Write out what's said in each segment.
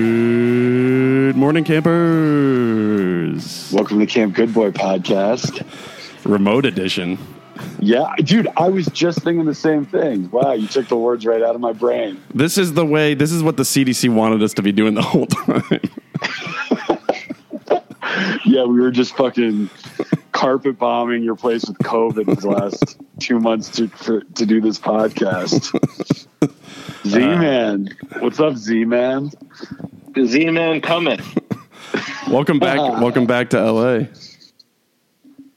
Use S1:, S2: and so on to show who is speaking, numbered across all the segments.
S1: Good morning, campers.
S2: Welcome to Camp Good Boy podcast.
S1: Remote edition.
S2: Yeah, dude, I was just thinking the same thing. Wow, you took the words right out of my brain.
S1: This is the way, this is what the CDC wanted us to be doing the whole time.
S2: Yeah, we were just fucking carpet bombing your place with COVID for the last two months to for, to do this podcast. Z man, what's up, Z man?
S3: The Z Man cometh.
S1: welcome back. welcome back to LA.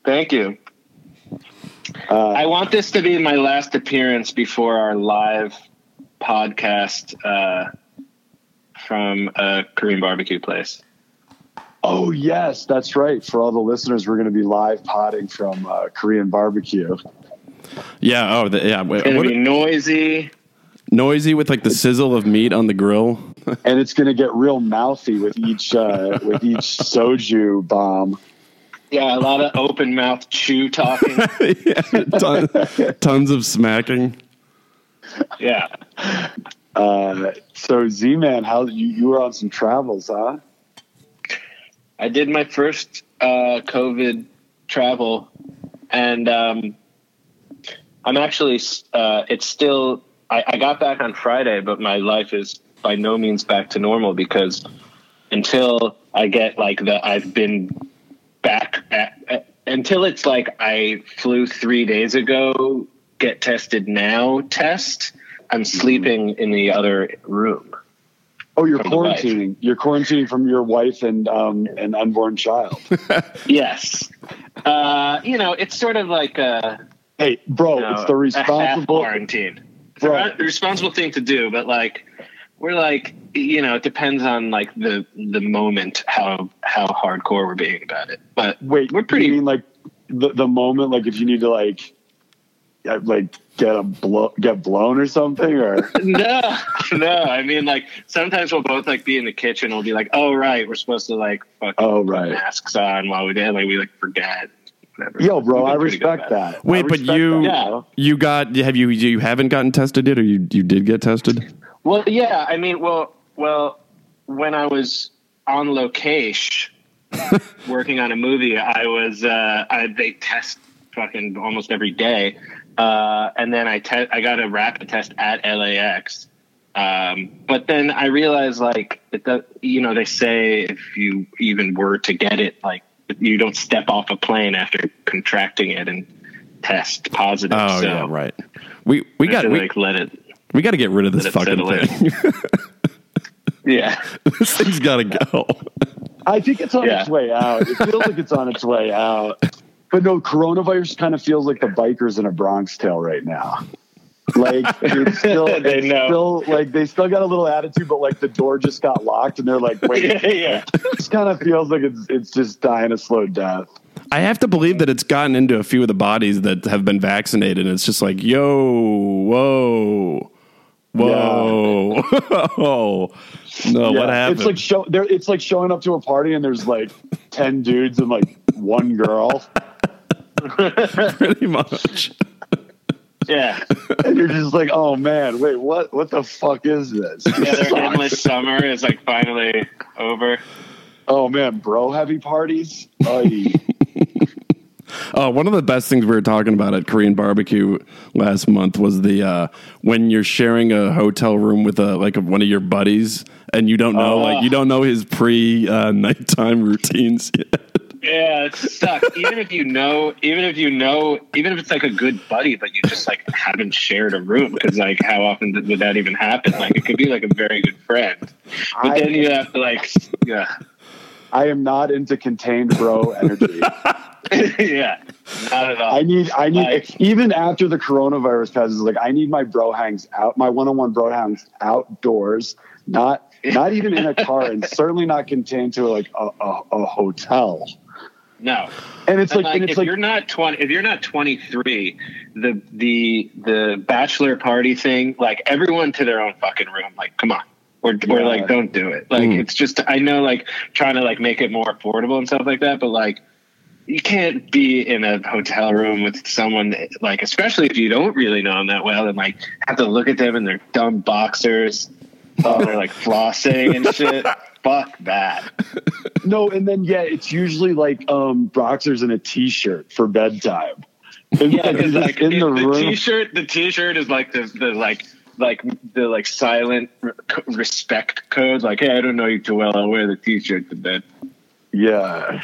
S3: Thank you.
S2: Uh,
S3: I want this to be my last appearance before our live podcast uh, from a Korean barbecue place.
S2: oh yes, that's right. For all the listeners, we're going to be live potting from uh, Korean barbecue.
S1: Yeah. Oh, the, yeah. Wait,
S3: It's gonna
S1: what-
S3: be noisy.
S1: noisy with like the sizzle of meat on the grill.
S2: and it's going to get real mouthy with each uh, with each soju bomb.
S3: Yeah, a lot of open mouth chew talking.
S1: Yeah, ton- tons of smacking.
S3: yeah.
S2: Uh, so Z man, how you you were on some travels, huh?
S3: I did my first uh, COVID travel, and um, I'm actually uh, it's still. I, I got back on Friday, but my life is by no means back to normal because until I get like the I've been back at, at- until it's like I flew three days ago, get tested now test. I'm sleeping in the other room.
S2: Oh, you're
S3: From the wife.
S2: quarantining. You're quarantining from your wife and um, an unborn child.
S3: Yes, uh, you know it's sort of like uh
S2: hey, bro,
S3: know,
S2: Oh, it's the
S3: a half
S2: responsible.
S3: quarantine. It's
S2: Right.
S3: a re- responsible thing to do, but like we're like you know, it depends on like the the moment how how hardcore we're being about it. But
S2: Wait,
S3: we're pretty-
S2: You mean like the the moment, like if you need to like uh, like get a blow get blown or something, or
S3: no, no, I mean like sometimes we'll both like be in the kitchen. We'll be like, oh right, we're supposed to like fucking
S2: oh
S3: put
S2: right,
S3: masks on while we did. Like we like forget. Whatever.
S2: yo, bro,
S3: We've
S2: I
S3: been pretty good
S2: respect
S3: about it.
S2: that. I
S1: Wait, but
S2: respect
S1: you-
S2: that,
S3: Yeah.
S2: bro.
S1: You got? Have you? You haven't gotten tested yet, or you? You did get tested?
S3: Well, yeah, I mean, well, well, when I was on location working on a movie, I was uh, I, they test fucking almost every day, uh, and then I te- I got a rapid test at LAX. Um, but then I realized, like, it does, you know, they say if you even were to get it, like, you don't step off a plane after contracting it and test positive.
S1: Oh
S3: so
S1: yeah, right. We we
S3: I
S1: got
S3: should,
S1: we,
S3: like let it.
S1: we got to get rid of this
S3: let it
S1: fucking
S3: settle in.
S1: thing.
S3: Yeah.
S1: this thing's got to go.
S2: I think it's on
S3: Yeah.
S2: its way out. It feels like it's on its way out. But no, coronavirus kind of feels like the bikers in a Bronx tale right now. Like it's still,
S3: They
S2: it's
S3: know.
S2: still like they still got a little attitude, but like the door just got locked, and they're like, wait.
S3: yeah. Yeah.
S2: This kind of feels like it's it's just dying a slow death.
S1: I have to believe that it's gotten into a few of the bodies that have been vaccinated. And it's just like, yo, whoa, whoa, whoa. no, what
S2: Yeah.
S1: happened?
S2: It's like show there. It's like showing up to a party and there's like ten dudes and like one girl,
S1: pretty much.
S3: Yeah.
S2: and you're just like, oh man, wait, what? What the fuck is this?
S3: Yeah, their endless summer is like finally over.
S2: Oh man, bro, heavy parties. Oy.
S1: Uh, one of the best things we were talking about at Korean barbecue last month was the uh, when you're sharing a hotel room with a, like one of your buddies and you don't know
S2: Ah.
S1: like you don't know his pre uh, nighttime routines yet.
S3: Yeah, it sucks. even if you know, even if you know, even if it's like a good buddy, but you just like haven't shared a room because like how often th- would that even happen? Like it could be like a very good friend, but
S2: I-
S3: then you have to like, yeah,
S2: I am not into contained bro energy.
S3: yeah, not at all.
S2: I need, I need,
S3: Like-
S2: even after the coronavirus passes, like I need my bro hangs out, my one-on-one bro hangs outdoors, not, not even in a car, and certainly not contained to like a, a, a hotel.
S3: no,
S2: And it's like,
S3: like,
S2: and it's
S3: if
S2: like,
S3: you're not 20 if you're not 23 the the the bachelor party thing like everyone to their own fucking room like come on or, or
S2: Yeah.
S3: like don't do it like
S1: Mm.
S3: it's just i know like trying to like make it more affordable and stuff like that but like you can't be in a hotel room with someone that, like especially if you don't really know them that well and like have to look at them and they're dumb boxers oh, they're like flossing and shit fuck that
S2: No, and then yeah, it's usually like um boxers and a t-shirt for bedtime. And
S3: yeah
S2: then
S3: because
S2: just
S3: like
S2: in
S3: if
S2: the room.
S3: t-shirt the t-shirt is like the, the like like the like silent re- co- respect code like hey i don't know you too well i'll wear the t-shirt to bed
S2: Yeah.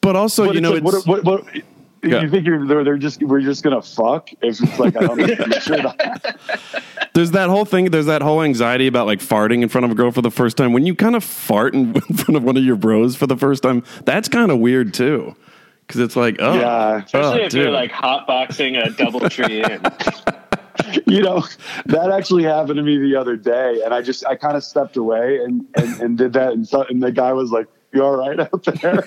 S1: But also,
S2: But
S1: you
S2: it's
S1: know,
S2: like, what,
S1: it's,
S2: what, what,
S1: Yeah.
S2: You think you're they're, they're just we're just gonna fuck if it's like I don't know t-shirt.
S1: there's that whole thing. There's that whole anxiety about like farting in front of a girl for the first time. When you kind of fart in, in front of one of your bros for the first time, that's kind of weird too. Because it's like, oh,
S2: Yeah.
S3: especially
S1: oh,
S3: if you're
S1: dude.
S3: like hotboxing a double tree in
S2: you know that actually happened to me the other day and i just i kind of stepped away and and, and did that and, so, and the guy was like you all right out there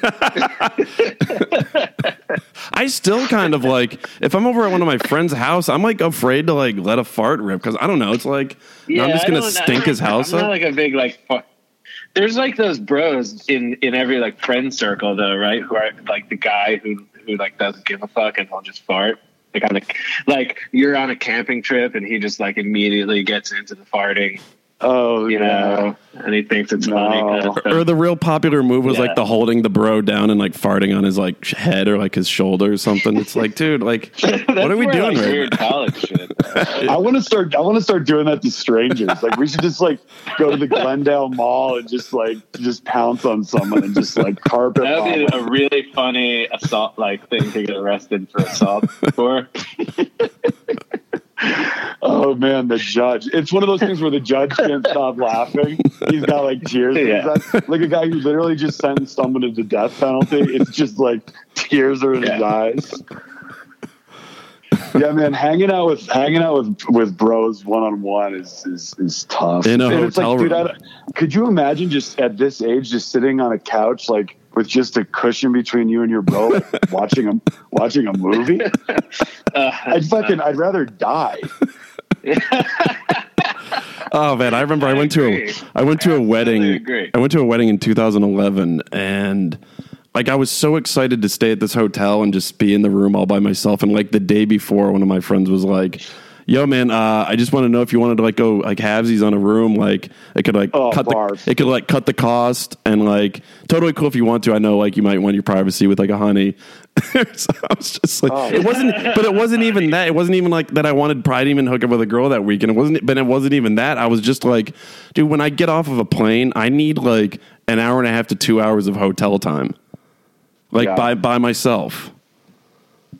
S1: I still kind of like if I'm over at one of my friend's house, I'm like afraid to like let a fart rip because I don't know. It's like I'm just
S3: I
S1: gonna
S3: don't- I
S1: stink
S3: don't-
S1: his house
S3: I'm
S1: up.
S3: not like a big like. fu- There's like those bros in in every like friend circle though, right? Who are like the guy who who like doesn't give a fuck and will just fart. Like on the like you're on a camping trip and he just like immediately gets into the farting,
S2: oh
S3: you
S2: yeah
S3: know, and he thinks it's
S2: No.
S3: funny. 'cause-
S1: or the real popular move was like
S3: Yeah.
S1: the holding the bro down and like farting on his like sh- head or like his shoulder or something. It's like, dude, like what are we
S3: That's more,
S1: doing
S3: like,
S1: right
S3: Weird college shit.
S2: i want to start i want to start doing that to strangers like we should just like go to the glendale mall and just like just pounce on someone and just like carpet
S3: That would be
S2: bomb.
S3: a really funny assault like thing to get arrested for assault for.
S2: oh man the judge it's one of those things where the judge can't stop laughing he's got like tears in his
S3: Yeah.
S2: eyes. like a guy who literally just sentenced someone to the death penalty it's just like tears are in his
S3: Yeah.
S2: eyes yeah man hanging out with hanging out with with bros one-on-one is is, is tough
S1: In a
S2: And it's
S1: hotel
S2: like, dude,
S1: room.
S2: I don't- could you imagine just at this age just sitting on a couch like with just a cushion between you and your bro like, watching a watching a movie
S3: Uh,
S2: i'd fucking i'd rather die
S1: Oh man, I remember I,
S3: I
S1: went
S3: agree.
S1: to a I went to a wedding.
S3: agree.
S1: I went to a wedding in 2011 and like I was so excited to stay at this hotel and just be in the room all by myself and like the day before one of my friends was like Yo man, uh, I just want to know if you wanted to like go like halvesies on a room, like it could like
S2: Oh,
S1: cut
S2: barf.
S1: the it could like cut the cost and like totally cool if you want to. I know like you might want your privacy with like a honey. so I was just like,
S2: Oh.
S1: it wasn't, but it wasn't even that. It wasn't even like that. I wanted pride even hook up with a girl that weekend. It wasn't, but it wasn't even that. I was just like, dude, when I get off of a plane, I need like an hour and a half to two hours of hotel time, like
S2: Yeah.
S1: by by myself.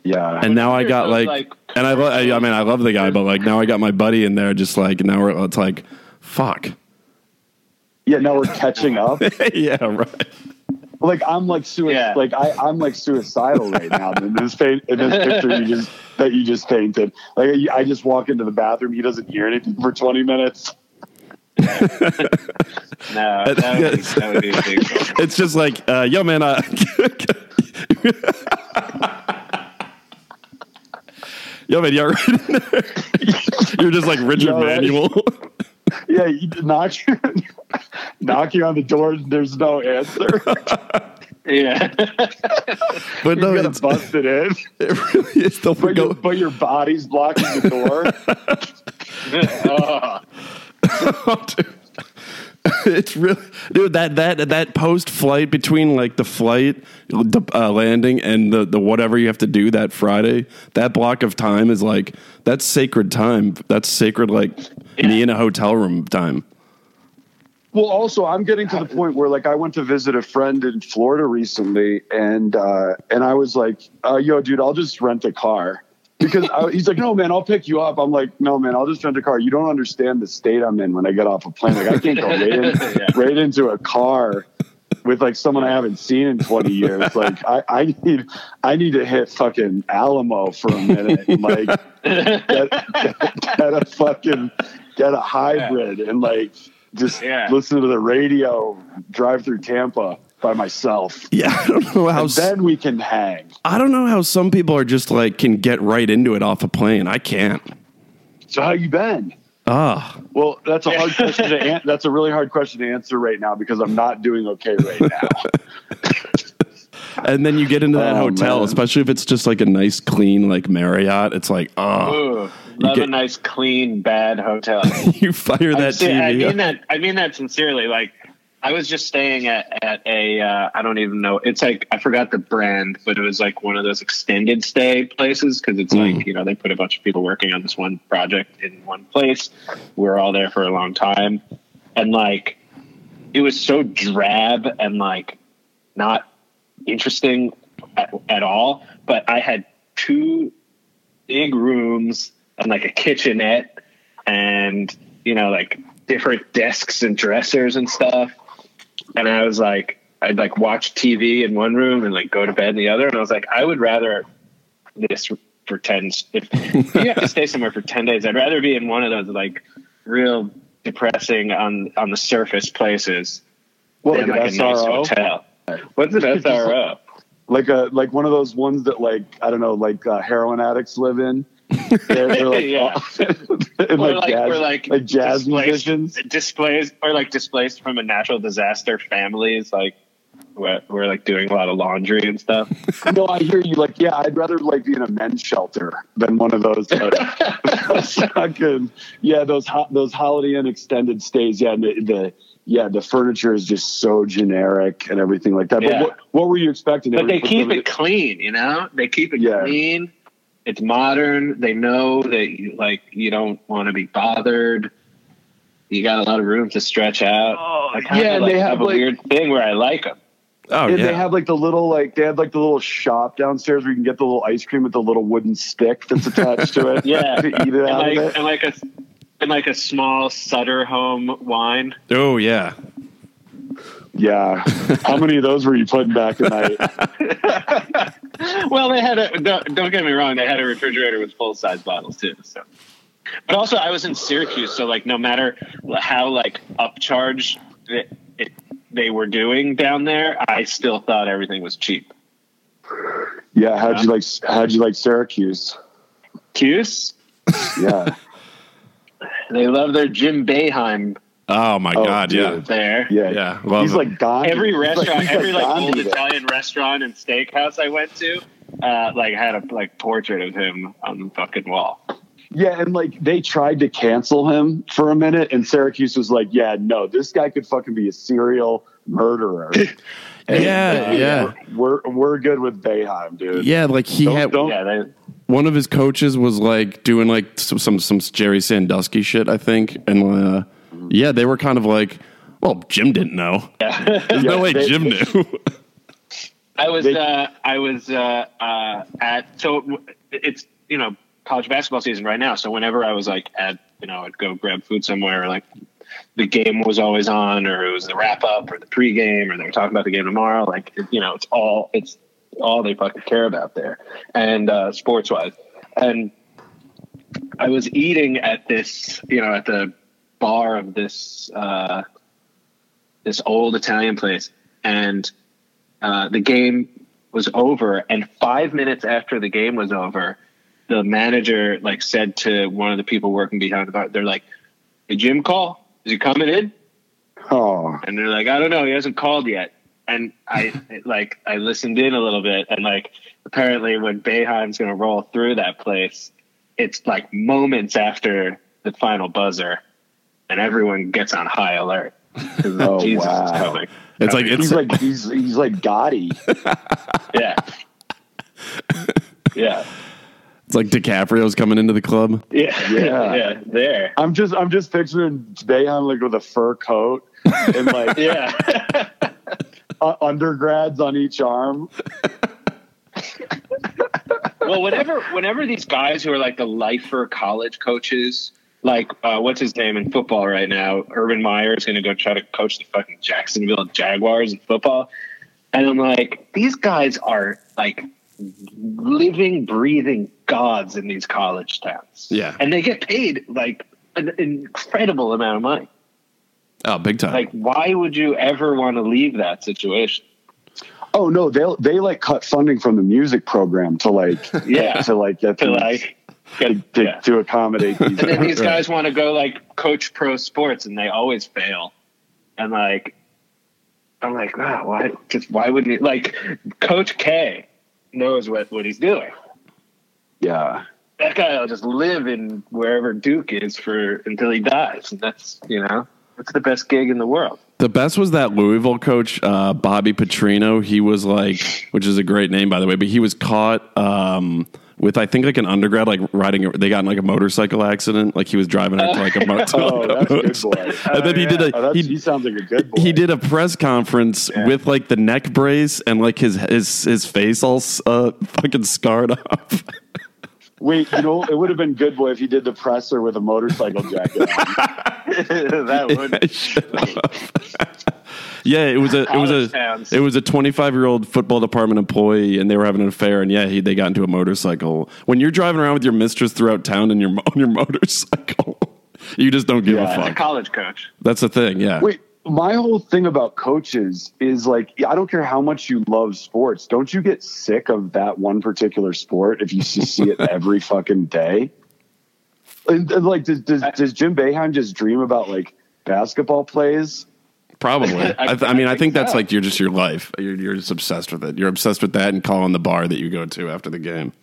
S2: yeah
S1: And now I
S3: Sure,
S1: got
S3: so,
S1: like,
S3: like-
S1: and I, lo- I, I mean, I love the guy, but like now I got my buddy in there, just like now we're, it's like, fuck,
S2: Yeah, now we're catching up.
S1: yeah, right.
S2: Like I'm like sui-
S3: Yeah.
S2: like I, I'm like suicidal right now in this paint in this picture you just that you just painted. Like I I just walk into the bathroom, he doesn't hear anything for 20 minutes.
S3: no, that would be, that would be a big one.
S1: It's just like, uh, yo, man, uh, yo, man, you're right in there. You're just like Richard
S2: Yo, right.
S1: Manuel.
S2: Yeah, you knock knocking on the door, and there's no answer.
S3: Yeah.
S1: but no,
S2: you gotta
S1: it's,
S2: bust it in,
S1: it really is the
S2: but, your,
S1: go.
S2: but your body's blocking the door.
S3: oh,
S1: dude. It's really, dude. That that that post flight between like the flight the, uh, landing and the the whatever you have to do that Friday, that block of time is like that's sacred time. That's sacred like me in a hotel room time.
S2: Well, also, I'm getting to the point where, like, I went to visit a friend in Florida recently, and uh, and I was like, uh, "Yo, dude, I'll just rent a car," because I, he's like, "No, man, I'll pick you up." I'm like, "No, man, I'll just rent a car. You don't understand the state I'm in when I get off a plane. Like, I can't go right, in,
S3: Yeah.
S2: right into a car with like someone I haven't seen in 20 years. Like, I, I need I need to hit fucking Alamo for a minute, and, like get, get, get a fucking get a hybrid and like just
S3: Yeah.
S2: listen to the radio drive through Tampa by myself.
S1: Yeah, I don't know how.
S2: And then we can hang.
S1: I don't know how some people are just like can get right into it off a plane. I can't.
S2: So how you been?
S1: Ah,
S2: Well, that's a hard question to an- that's a really hard question to answer right now because I'm not doing okay right now.
S1: And then you get into that
S2: Oh,
S1: hotel,
S2: man.
S1: especially if it's just like a nice, clean, like Marriott. It's like, oh,
S3: Ooh, love
S1: get-
S3: a nice, clean, bad hotel.
S1: you fire
S3: I'm
S1: that
S3: se- I
S1: TV.
S3: mean
S1: up.
S3: that. I mean that sincerely. Like, I was just staying at at a. Uh, I don't even know. It's like I forgot the brand, but it was like one of those extended stay places because it's like you know they put a bunch of people working on this one project in one place. We were all there for a long time, and like it was so drab and like not interesting at, at all. But I had two big rooms and like a kitchenette and you know like different desks and dressers and stuff and i was like i'd like watch tv in one room and like go to bed in the other and i was like i would rather this for 10 if if you have to stay somewhere for 10 days i'd rather be in one of those like real depressing on on the surface places
S2: What,
S3: than
S2: like
S3: like
S2: an
S3: a nice
S2: SRO?
S3: hotel what's an sro
S2: like a like one of those ones that like I don't know, like uh, heroin addicts live in. They're, they're like,
S3: Yeah.
S2: and
S3: or
S2: like, jazz,
S3: or
S2: like, jazz
S3: displaced,
S2: musicians.
S3: displays or like displaced from a natural disaster families like we're, we're like doing a lot of laundry and stuff
S2: No, I hear you. Like, yeah, I'd rather like be in a men's shelter than one of those. uh, those fucking, yeah, those ho- those Holiday Inn extended stays. Yeah, the, the yeah the furniture is just so generic and everything like that.
S3: Yeah.
S2: But what, what were you expecting?
S3: but
S2: were-
S3: they keep
S2: were-
S3: it clean you know they keep it
S2: Yeah.
S3: clean it's modern they know that you like you don't want to be bothered you got a lot of room to stretch out I kinda,
S2: yeah, and
S3: like,
S2: they have,
S3: a
S2: like-
S3: weird thing where i like them
S1: Oh,
S2: Yeah,
S1: yeah.
S2: They have like the little like they have like the little shop downstairs where you can get the little ice cream with the little wooden stick that's attached to it.
S3: Yeah.
S2: to eat it
S3: and
S2: out of
S3: like,
S2: it.
S3: and like a and like a small sutter home wine
S1: oh, yeah.
S2: Yeah, how many of those were you putting back tonight?
S3: well, they had a don't, don't get me wrong, they had a refrigerator with full size bottles too. So, but also I was in Syracuse, so like no matter how like upcharge it, it, they were doing down there, I still thought everything was cheap.
S2: Yeah, how'd you like how'd you like Syracuse?
S3: Cuse,
S2: Yeah,
S3: they love their Jim Beheim
S1: Oh, my
S2: Oh,
S1: God. Yeah.
S2: dude.
S3: there.
S2: yeah,
S1: Yeah, love
S2: he's
S1: it.
S2: like Gandhi.
S3: Every
S2: He's like-
S3: restaurant,
S2: he's
S3: every like
S2: Gandhi
S3: old
S2: there.
S3: Italian restaurant and steakhouse I went to, uh, like had a like portrait of him on the fucking wall.
S2: Yeah, and like they tried to cancel him for a minute, and Syracuse was like, "Yeah, no, this guy could fucking be a serial murderer." And,
S1: Yeah,
S2: uh,
S1: yeah.
S2: We're, we're we're good with Bayheim, dude.
S1: Yeah, like he
S2: Don't-
S1: had
S2: don't-
S3: Yeah, they,
S1: one of his coaches was like doing like some some, some Jerry Sandusky shit, I think, and uh, yeah, they were kind of like, well, Jim didn't know. There's no
S2: Yeah,
S1: way
S2: they-
S1: Jim knew.
S3: I was
S2: They-
S3: uh, I was uh, uh, at so it's you know college basketball season right now. So whenever I was like at you know I'd go grab food somewhere or like the game was always on or it was the wrap up or the pregame or they were talking about the game tomorrow. Like it- you know it's all it's all they fucking care about there and uh, sports wise. And I was eating at this you know at the bar of this uh, this old Italian place and uh, the game was over and five minutes after the game was over the manager like said to one of the people working behind the bar they're like did jim call is he coming in
S2: Oh,
S3: and they're like i don't know he hasn't called yet and i like i listened in a little bit and like apparently when Beheim's going to roll through that place it's like moments after the final buzzer and everyone gets on high alert 'Cause
S2: Oh,
S3: jesus is
S2: wow.
S3: coming
S1: it's like it's
S2: he's like he's he's like Gotti.
S3: yeah yeah
S1: it's like DiCaprio's coming into the club.
S3: Yeah,
S2: Yeah.
S3: yeah, there.
S2: I'm just I'm just picturing Bayheim like with a fur coat and like
S3: Yeah,
S2: uh, undergrads on each arm.
S3: well, whenever whenever these guys who are like the lifer college coaches, like uh, what's his name in football right now, Urban Meyer is going to go try to coach the fucking Jacksonville Jaguars in football, and I'm like, these guys are like living, breathing gods in these college towns.
S1: Yeah.
S3: and they get paid like an incredible amount of money.
S1: Oh, big time.
S3: Like, why would you ever want to leave that situation?
S2: Oh no, they will they like cut funding from the music program to like
S3: Yeah.
S2: to like get
S3: To
S2: these-
S3: like get
S2: to,
S3: yeah.
S2: to accommodate these.
S3: and then these
S1: Right.
S3: guys want to go like coach pro sports and they always fail and like I'm like, wow, why? Just why would you like? Coach K knows what what he's doing.
S2: Yeah.
S3: That guy will just live in wherever Duke is for until he dies, and that's you know that's the best gig in the world.
S1: The best was that Louisville coach, uh, Bobby Petrino. He was like, which is a great name, by the way, but he was caught um, with, I think, like an undergrad, like riding, they got in like a motorcycle accident. Like he was driving into like a motel.
S2: Oh, that's a good boy.
S1: and then he did a,
S2: Oh, that's,
S1: he,
S2: he, sounds like a good boy.
S1: he did a press conference with like the neck brace and like his, his, his face all uh, fucking scarred up.
S2: Wait, you know, it would have been good boy if he did the presser with a motorcycle jacket. on.
S3: that would
S1: yeah, it was a, it was
S3: College
S1: a,
S3: towns.
S1: it was a 25 year old football department employee and they were having an affair and yeah, he, they got into a motorcycle. When you're driving around with your mistress throughout town and you're on your motorcycle, you just don't give
S2: Yeah.
S1: a
S3: a
S1: fuck.
S3: college coach.
S1: That's the thing. Yeah.
S2: Wait, my whole thing about coaches is like, I don't care how much you love sports. Don't you get sick of that one particular sport if you just see it every fucking day? And, and, like, does, does, does Jim Beheim just dream about like basketball plays?
S1: Probably. I, th- I mean, I
S3: think
S1: think that's
S3: so.
S1: like you're just your life. You're, you're just obsessed with it. You're obsessed with that and calling the bar that you go to after the game.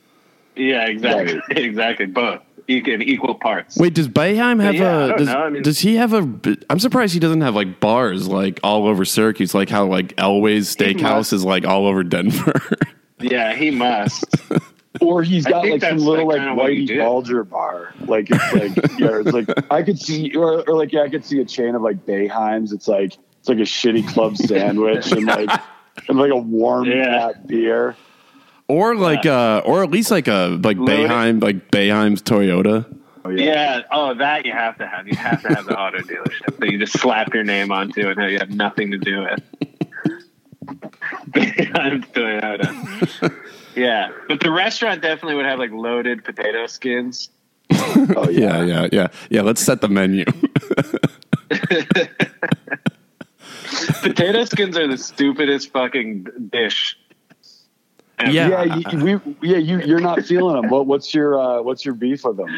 S3: Yeah, exactly, exactly. Both you can equal parts.
S1: Wait, does Bayheim have
S3: Yeah, I
S1: a?
S3: don't
S1: Does,
S3: know. I mean-
S1: does he have a? I'm surprised he doesn't have like bars like all over Syracuse, like how like Elway's Steakhouse
S3: must-
S1: is like all over Denver.
S3: Yeah, he must.
S2: Or he's got
S3: think
S2: like some
S3: that's,
S2: little like,
S3: like, kinda what you
S2: Whitey
S3: did.
S2: Bulger bar. Like it's like yeah, it's like I could see or, or like yeah, I could see a chain of like Bayheims. It's like it's like a shitty club sandwich and like and like a warm
S3: Yeah.
S2: fat beer.
S1: or like uh, or at least like a like
S3: Loaded.
S1: Bayheim like Bayheim's Toyota.
S2: Oh,
S3: Yeah. Oh, that you have to have. You have to have the auto dealership that you just slap your name onto and you have nothing to do with. I'm Toyota. Yeah, but the restaurant definitely would have like loaded potato skins.
S2: Oh yeah.
S1: Yeah, yeah, yeah, yeah. Let's set the menu.
S3: Potato skins are the stupidest fucking dish. ever.
S1: Yeah.
S2: Yeah, you, we, yeah, you you're not feeling them. What what's your uh, what's your beef with them?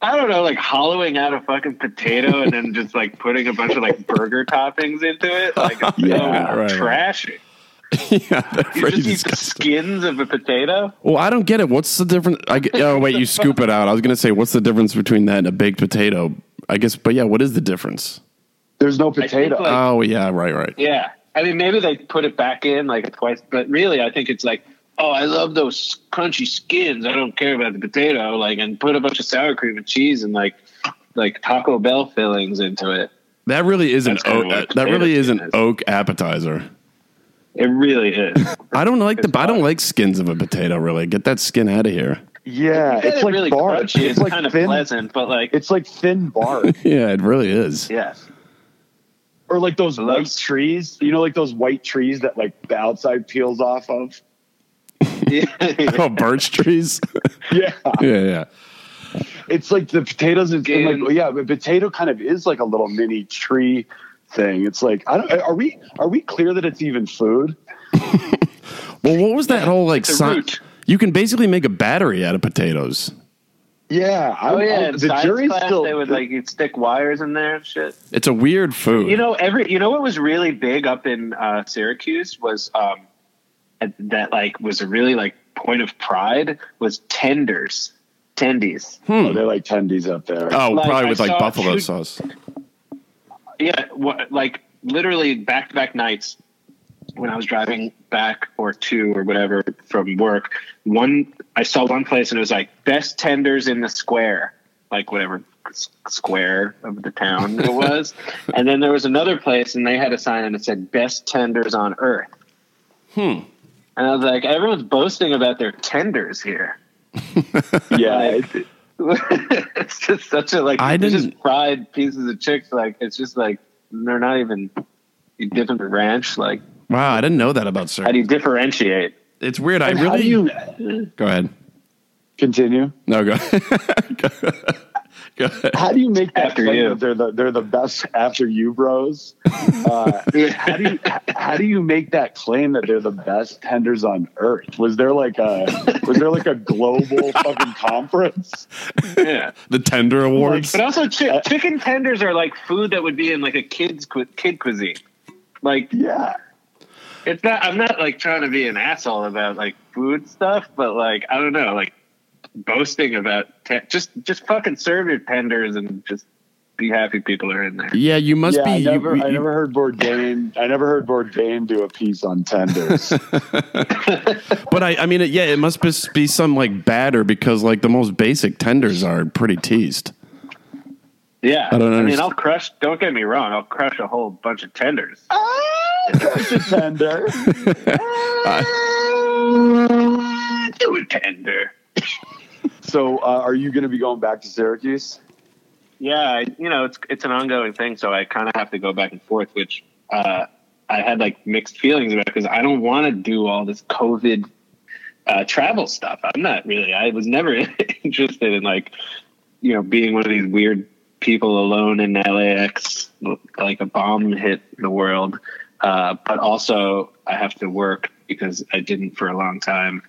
S3: I don't know, like hollowing out a fucking potato and then just like putting a bunch of like burger toppings into it. Like, it's
S2: Yeah,
S3: so
S1: right, right.
S3: trashy.
S1: yeah, they're
S3: You
S1: pretty
S3: just eat the
S1: disgusting.
S3: skins of a potato.
S1: Well, I don't get it. What's the difference? I get, oh wait, you scoop it out. I was gonna say, what's the difference between that and a baked potato? I guess, but yeah, what is the difference?
S2: There's no potato.
S3: like-
S1: Oh yeah, right, right.
S3: Yeah. I mean, maybe they put it back in like twice, but really, I think it's like, oh, I love those crunchy skins. I don't care about the potato. Like, and put a bunch of sour cream and cheese and like, like Taco Bell fillings into it.
S1: That really is an
S3: That's kinda
S1: oak,
S3: what
S1: that, that really
S3: potato
S1: is an
S3: skin is.
S1: oak appetizer.
S3: It really is.
S1: I don't like the I don't like skins of a potato. Really, get that skin out of here.
S2: yeah, it's
S3: it's
S2: like
S3: really
S2: bark.
S3: crunchy. It's,
S2: like
S3: kind of
S2: thin.
S3: pleasant, but like,
S2: It's like thin bark.
S1: Yeah, it really is.
S3: yeah.
S2: or like those
S3: Hello?
S2: white trees. You know, like those white trees that like the outside peels off of.
S3: yeah.
S1: Oh, birch trees.
S2: Yeah,
S1: yeah, yeah.
S2: it's like the potatoes. It's and like
S3: Dude.
S2: yeah, but potato kind of is like a little mini tree thing. It's like I don't. Are we are we clear that it's even food?
S1: Well, what was that whole like?
S3: the
S1: sci-
S3: root.
S1: You can basically make a battery out of potatoes.
S2: Yeah. I,
S3: Oh yeah,
S2: I-
S3: in
S2: the
S3: science
S2: jury's
S3: class,
S2: still.
S3: They would like you'd stick wires in there and shit.
S1: It's a weird food.
S3: You know, every you know what was really big up in uh, Syracuse was um, that like was a really like point of pride was tenders, tendies.
S2: oh, they like tendies up there.
S1: Hmm. oh,
S3: like,
S1: probably
S3: I
S1: with like
S3: saw
S1: buffalo
S3: two-
S1: sauce.
S3: Yeah, what, like literally back to back nights when I was driving back or two or whatever from work. One I saw one place and it was like best tenders in the square, like whatever s- square of the town it was. and then there was another place and they had a sign and it said best tenders on earth. Hmm. And I was like, everyone's boasting about their tenders here.
S2: yeah. it-
S3: it's just such a like
S1: I
S3: I just
S1: didn't-
S3: fried pieces of chicks like it's just like they're not even you dip in the ranch like
S1: Wow, I didn't know that about
S3: how do
S1: Syracuse.
S3: you differentiate
S1: It's weird. I
S2: and how
S1: really
S2: do you
S1: go ahead.
S2: continue?
S1: No, go. go go ahead.
S2: How do you make that
S3: After
S2: claim
S3: you.
S2: that they're the they're the best after you, bros? Uh, how do you how do you make that claim that they're the best tenders on earth? Was there like a was there like a global fucking conference?
S3: yeah
S1: The tender awards.
S3: Uh, but also chi- chicken tenders are like food that would be in like a kids cu- kid cuisine Like
S2: Yeah.
S3: it's not I'm not like trying to be an asshole about like food stuff, but like I don't know, like boasting about te- just just fucking serve your tenders and just be happy people are in there.
S1: Yeah, you must
S2: yeah,
S1: be.
S2: I
S1: you-
S2: never,
S1: you-
S2: I never heard Bourdain. I never heard Bourdain do a piece on tenders.
S1: but I, I mean, it, yeah, it must be, be some like batter because like the most basic tenders are pretty teased.
S3: Yeah.
S1: I don't
S3: mean,
S1: understand.
S3: I'll crush don't get me wrong, I'll crush a whole bunch of tenders.
S2: That's a tender.
S3: Do a tender.
S2: So, uh, are you going to be going back to Syracuse?
S3: yeah I, you know it's it's an ongoing thing so i kind of have to go back and forth which uh, i had like mixed feelings about because i don't want to do all this covid uh, travel stuff i'm not really i was never interested in like you know being one of these weird people alone in lax like a bomb hit the world uh, but also i have to work because i didn't for a long time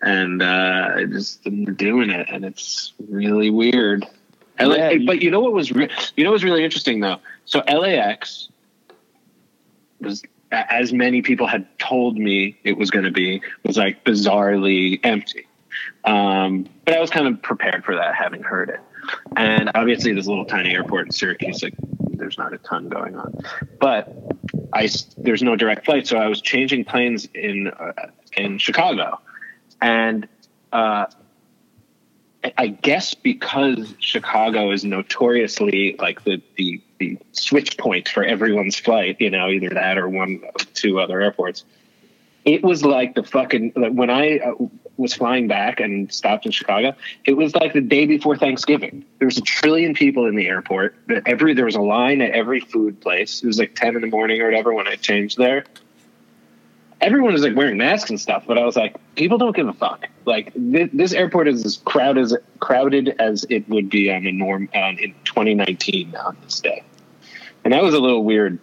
S3: and uh, i just am doing it and it's really weird and like-
S2: Yeah, you-
S3: but you know what was re- you know what was really interesting though so lax was a- as many people had told me it was going to be was like bizarrely empty um, but i was kind of prepared for that having heard it and obviously this little tiny airport in syracuse like there's not a ton going on but i s- there's no direct flight so i was changing planes in uh, in chicago and uh, I- I guess because Chicago is notoriously like the, the the switch point for everyone's flight, you know, either that or one of two other airports. It was like the fucking like when I uh, was flying back and stopped in Chicago. It was like the day before Thanksgiving. There was a trillion people in the airport. That Every there was a line at every food place. It was like ten in the morning or whatever when I changed there everyone was like wearing masks and stuff, but I was like, people don't give a fuck. Like th- this airport is as crowded as crowded as it would be on a norm on in 2019 on this day, and that was a little weird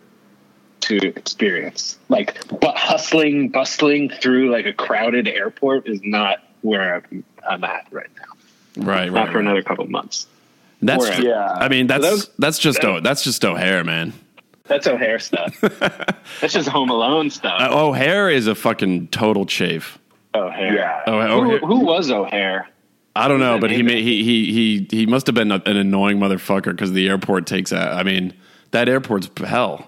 S3: to experience. Like, but hustling, bustling through like a crowded airport is not where I'm, I'm at right now.
S1: Right,
S3: Not
S1: right.
S3: for another couple months.
S1: That's
S3: Or-
S2: Yeah.
S1: I mean, that's
S3: Those-
S1: that's just
S3: that-
S1: O, that's just O'Hare, man.
S3: That's O'Hare stuff. That's just Home Alone stuff.
S1: Uh, O'Hare is a fucking total chafe.
S3: O'Hare.
S2: Yeah.
S1: Oh,
S3: Who,
S1: O'Hare.
S3: who was O'Hare?
S1: I don't know,
S3: that
S1: but he
S3: name?
S1: may, he he he he must have been a- an annoying motherfucker because the airport takes. A, I mean, that airport's hell.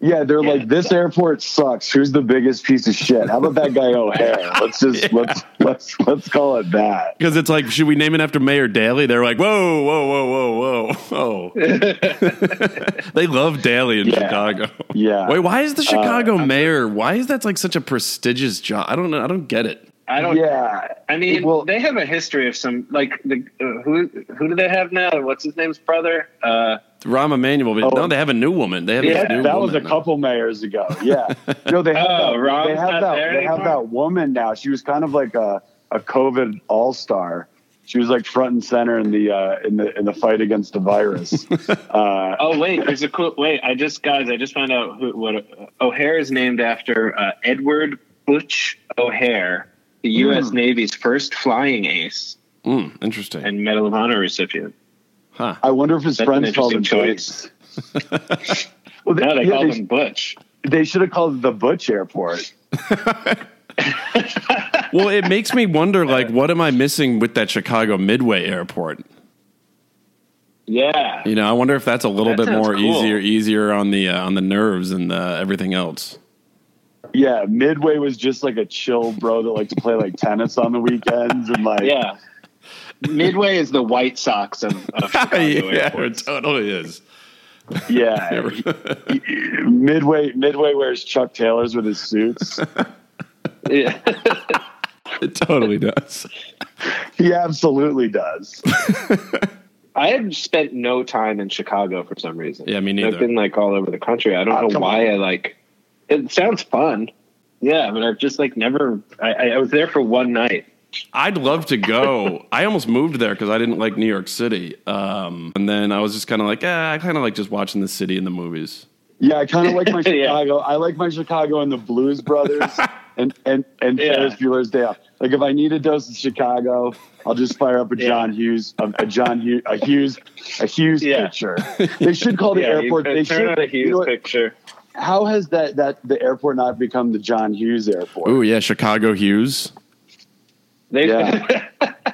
S2: Yeah, they're
S3: Yeah.
S2: like this airport sucks. Who's the biggest piece of shit? How about that guy O'Hare? Let's just let's let's let's call it that.
S1: Because it's like, should we name it after Mayor Daley? They're like, whoa, whoa, whoa, whoa, whoa, whoa. they love Daley in
S2: Yeah.
S1: Chicago.
S2: Yeah.
S1: Wait, why is the Chicago
S3: Uh,
S1: mayor? Why is that like such a prestigious job? I don't know. I don't get it.
S3: I don't.
S2: yeah.
S3: I mean,
S2: Well-
S3: they have a history of some like the uh, who who do they have now? What's his name's brother? Uh,
S1: Rahm Emanuel. But
S2: Oh.
S1: no, they have a new woman. They have
S3: Yeah,
S1: this new
S2: that
S1: woman.
S2: was a
S1: now.
S2: couple mayors ago. Yeah. No, they have
S3: Oh,
S2: that,
S3: Rob's
S2: they
S3: not
S2: have that
S3: there
S2: they have
S3: anymore?
S2: that woman now. She was kind of like a, a COVID all star. She was like front and center in the uh, in the in the fight against the virus. uh,
S3: oh wait, there's a cool wait. I just guys, I just found out who what uh, O'Hare is named after uh, Edward Butch O'Hare, the U.S.
S2: Hmm.
S3: Navy's first flying ace
S1: Mm, interesting.
S3: and Medal of Honor recipient.
S1: Huh.
S2: I wonder if his
S3: That's an
S2: friends called him
S3: interesting
S2: choice. well, they,
S3: No, they
S2: yeah,
S3: called
S2: they,
S3: him Butch.
S2: they should have called it the Butch Airport.
S1: Well, it makes me wonder, like, what am I missing with that Chicago Midway airport?
S3: Yeah,
S1: You know, I wonder if that's a little bit
S3: That sounds
S1: more
S3: cool.
S1: easier, easier on the uh, on the nerves and uh everything else.
S2: Yeah, Midway was just like a chill bro that liked to play like tennis on the weekends and like
S3: yeah. Midway is the White Sox of, of Chicago.
S1: it
S3: airports.
S1: totally is.
S2: yeah. Midway Midway wears Chuck Taylors with his suits.
S3: yeah.
S1: It totally does.
S2: He absolutely does.
S3: I have spent no time in Chicago for some reason.
S1: Yeah, me neither.
S3: I've been like all over the country. I don't
S2: Oh,
S3: know
S2: come
S3: why I like. It sounds fun. Yeah, but I've just like never. I, I- I was there for one night.
S1: I'd love to go. I almost moved there because I didn't like New York City, um, and then I was just kind of like, eh, I kind of like just watching the city in the movies.
S2: Yeah, I kind of like my
S3: Yeah.
S2: Chicago. I like my Chicago and the Blues Brothers and and and
S3: Yeah.
S2: Ferris Bueller's Day Off. Like if I need a dose of Chicago, I'll just fire up a
S3: Yeah.
S2: John Hughes, a, a John Hughes, a Hughes, a Hughes
S3: Yeah.
S2: picture. They should call the
S3: yeah,
S2: airport.
S3: You,
S2: they
S3: turn
S2: should
S3: on a Hughes
S2: you know what?
S3: picture.
S2: how has that that the airport not become the John Hughes Airport?
S1: Oh yeah, Chicago Hughes.
S3: They,
S2: Yeah.
S3: that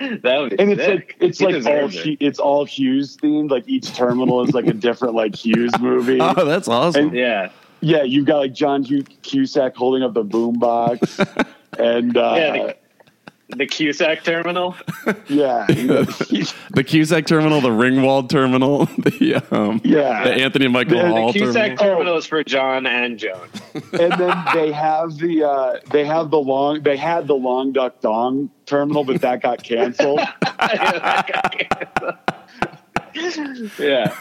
S3: would be
S2: and it's
S3: sick.
S2: like it's
S3: He
S2: like all
S3: deserves it.
S2: Hu- it's all Hughes themed. Like each terminal is like a different like Hughes movie.
S1: Oh, that's awesome.
S3: yeah,
S2: Yeah, you've got like John Hugh Cusack holding up the boombox, and uh,
S3: yeah. The, the Cusack terminal.
S2: yeah,
S1: the Cusack terminal, the Ringwald terminal, the um,
S2: Yeah.
S1: the Anthony Michael
S2: The- the
S1: Hall
S3: Cusack
S1: terminal.
S3: terminal is for John and Joan.
S2: and then they have the uh, they have the long they had the long duck dong terminal, but that got canceled.
S3: yeah,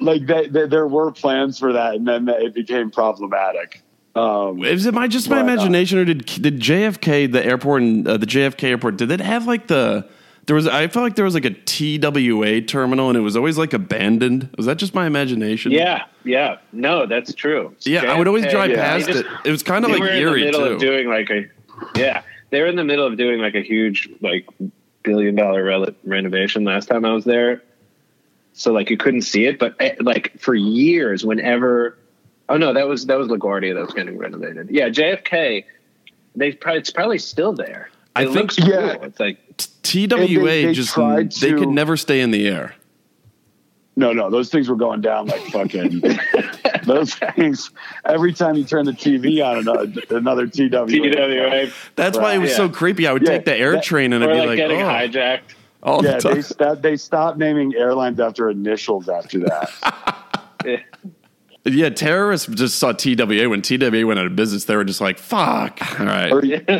S2: like they, they, there were plans for that, and then it became problematic. Um,
S1: Is it my just my
S2: Why
S3: uh,
S2: not?
S1: imagination, or did did JFK the airport and uh, the JFK airport did it have like the there was I felt like there was like a TWA terminal and it was always like abandoned. Was that just my imagination?
S3: yeah, yeah. No, that's true.
S1: yeah. I would always drive
S3: Yeah.
S1: past
S3: They just-
S1: it. It was kind of
S3: they
S1: like
S3: were in the
S1: eerie
S3: middle
S1: too.
S3: of doing like a yeah they were in the middle of doing like a huge like billion dollar rel- renovation last time i was there so like you couldn't see it but eh, like for years whenever oh no that was that was laguardia that was getting renovated yeah jfk they probably it's probably still there
S1: I
S3: it
S1: think-
S3: looks cool
S2: Yeah.
S3: it's like
S1: TWA
S2: They- they
S1: just
S2: tried
S1: they
S2: to-
S1: could never stay in the air.
S2: no, no, those things were going down like fucking. those things. Every time you turn the TV on, another, another TW.
S3: TWA,
S1: That's why it was
S3: Yeah.
S1: so creepy. I would
S2: Yeah,
S1: take the air
S2: that-
S1: train and I'd
S3: or
S1: be
S3: like,
S1: like,
S3: getting
S1: oh,
S3: hijacked
S1: all
S2: Yeah,
S1: the
S2: they
S1: time.
S2: stopped, they stopped naming airlines after initials after that.
S3: Yeah.
S1: yeah, terrorists just saw TWA when TWA went out of business. They were just like, fuck. All right.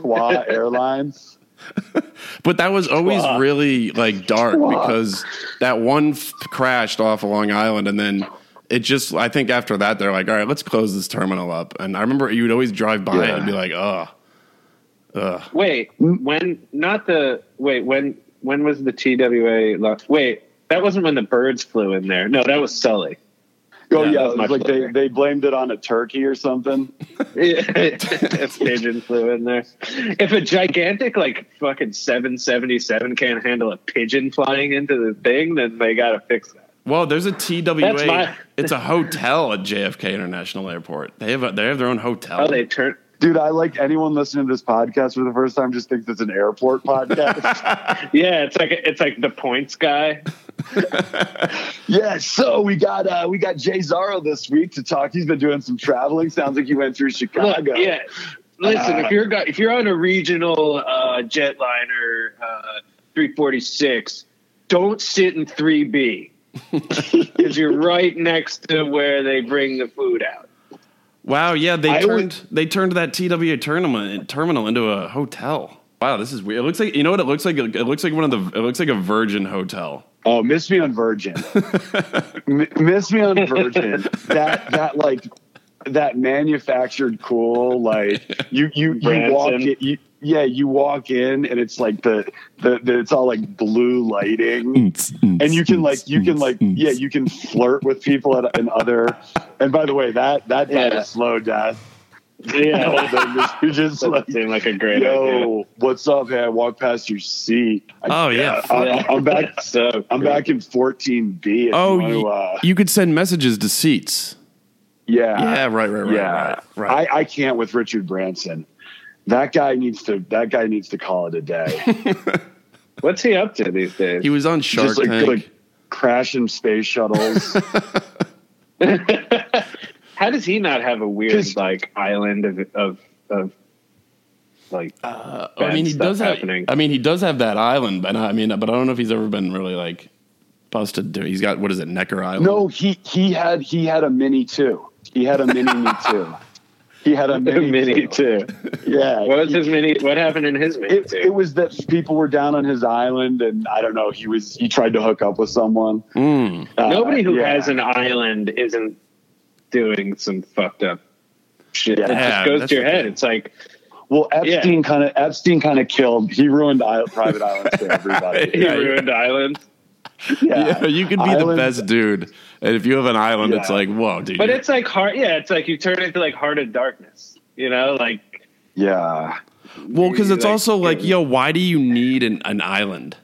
S2: Or Twa Airlines.
S1: But that was always
S3: Fuck.
S1: really like dark
S2: Fuck.
S1: because that one f- crashed off of Long Island, and then it just. I think after that, they're like, "All right, let's close this terminal up." And I remember you would always drive by it
S2: Yeah.
S1: and be like, "Ugh."
S3: Wait, when not the wait when when was the TWA? lo- Wait, that wasn't when the birds flew in there. No, that was Sully.
S2: Oh
S3: Yeah,
S2: yeah,
S3: that was
S2: it
S3: my
S2: was like they,
S3: pleasure.
S2: they blamed it on a turkey or something.
S3: if pigeon flew in there, if a gigantic like fucking seven seventy seven can't handle a pigeon flying into the thing, then they gotta fix that.
S1: Well, there's a TWA.
S3: That's my-
S1: it's a hotel at JFK International Airport. They have a, they have their own hotel.
S3: Oh, they turn.
S2: Dude, I like anyone listening to this podcast for the first time just thinks it's an airport podcast.
S3: Yeah, it's like it's like the points guy.
S2: yeah, so we got uh, we got Jay Zaro this week to talk. He's been doing some traveling. Sounds like he went through Chicago.
S3: Look, yeah. Listen,
S2: Uh,
S3: if you're go- if you're on a regional uh, jetliner uh, 346, don't sit in 3B because you're right next to where they bring the food out.
S1: wow, yeah, they
S2: I
S1: turned
S2: always-
S1: they turned that TWA terminal terminal into a hotel. Wow, this is weird. It looks like you know what it looks like. It looks like one of the. It looks like a Virgin hotel.
S2: Oh, miss me on Virgin. M- miss me on Virgin. That that like that manufactured cool like you you you
S3: Branson.
S2: walk in, you, yeah you walk in and it's like the, the the it's all like blue
S1: Hmm.
S2: lighting and you can like you can like yeah you can flirt with people at and other and by the way that that died
S3: Yeah.
S2: a slow death
S3: Yeah,
S2: you just like
S3: that seemed like a great idea.
S2: yo what's up hey I walk past your seat I,
S1: Oh yeah,
S2: I, I'm back
S3: So
S2: I'm back in 14B. If
S1: Oh,
S2: you want to, uh,
S1: you could send messages to seats.
S2: yeah,
S1: yeah, right, right, right,
S2: Uh, yeah.
S1: right, right.
S2: I, I can't with Richard Branson. That guy needs to. That guy needs to call it a day.
S3: What's he up to these days?
S1: he was on Shark
S2: Just like,
S1: Tank.
S2: like crashing space shuttles.
S3: How does he not have a weird
S2: Just-
S3: like island of of, of like
S1: I mean, he
S3: stuff
S1: does have.
S3: happening.
S1: I mean, he does have that island, but I mean, but I don't know if he's ever been really like busted. Doing, he's got what is it, Necker Island?
S2: no, he he had he had a mini too. He had a mini me too. He had a mini,
S3: mini
S2: too.
S3: too?
S2: Yeah.
S3: What was his mini? What happened in his mini
S2: it,
S3: too?
S2: it was that people were down on his island, and I don't know. He was he tried to hook up with someone.
S1: Mm.
S2: Uh,
S3: Nobody who
S2: yeah.
S3: has an island isn't doing some fucked up shit.
S2: Yeah,
S3: it just goes
S1: that's
S3: to your
S1: the
S3: head.
S1: thing.
S3: It's like,
S2: Well,
S3: Yeah.
S2: Epstein kind of Epstein kind of killed. He ruined I- private islands for everybody.
S3: he
S1: Yeah, yeah.
S3: ruined islands.
S1: Yeah, you could be the
S2: Island-
S1: best dude, and if you have an island, it's
S2: Yeah.
S1: like whoa, dude.
S3: But it's like heart. Yeah, it's like you turn into like heart of darkness. You know, like
S2: Yeah,
S1: well, because it's
S3: like-
S1: also like, yo, why do you need an, an island?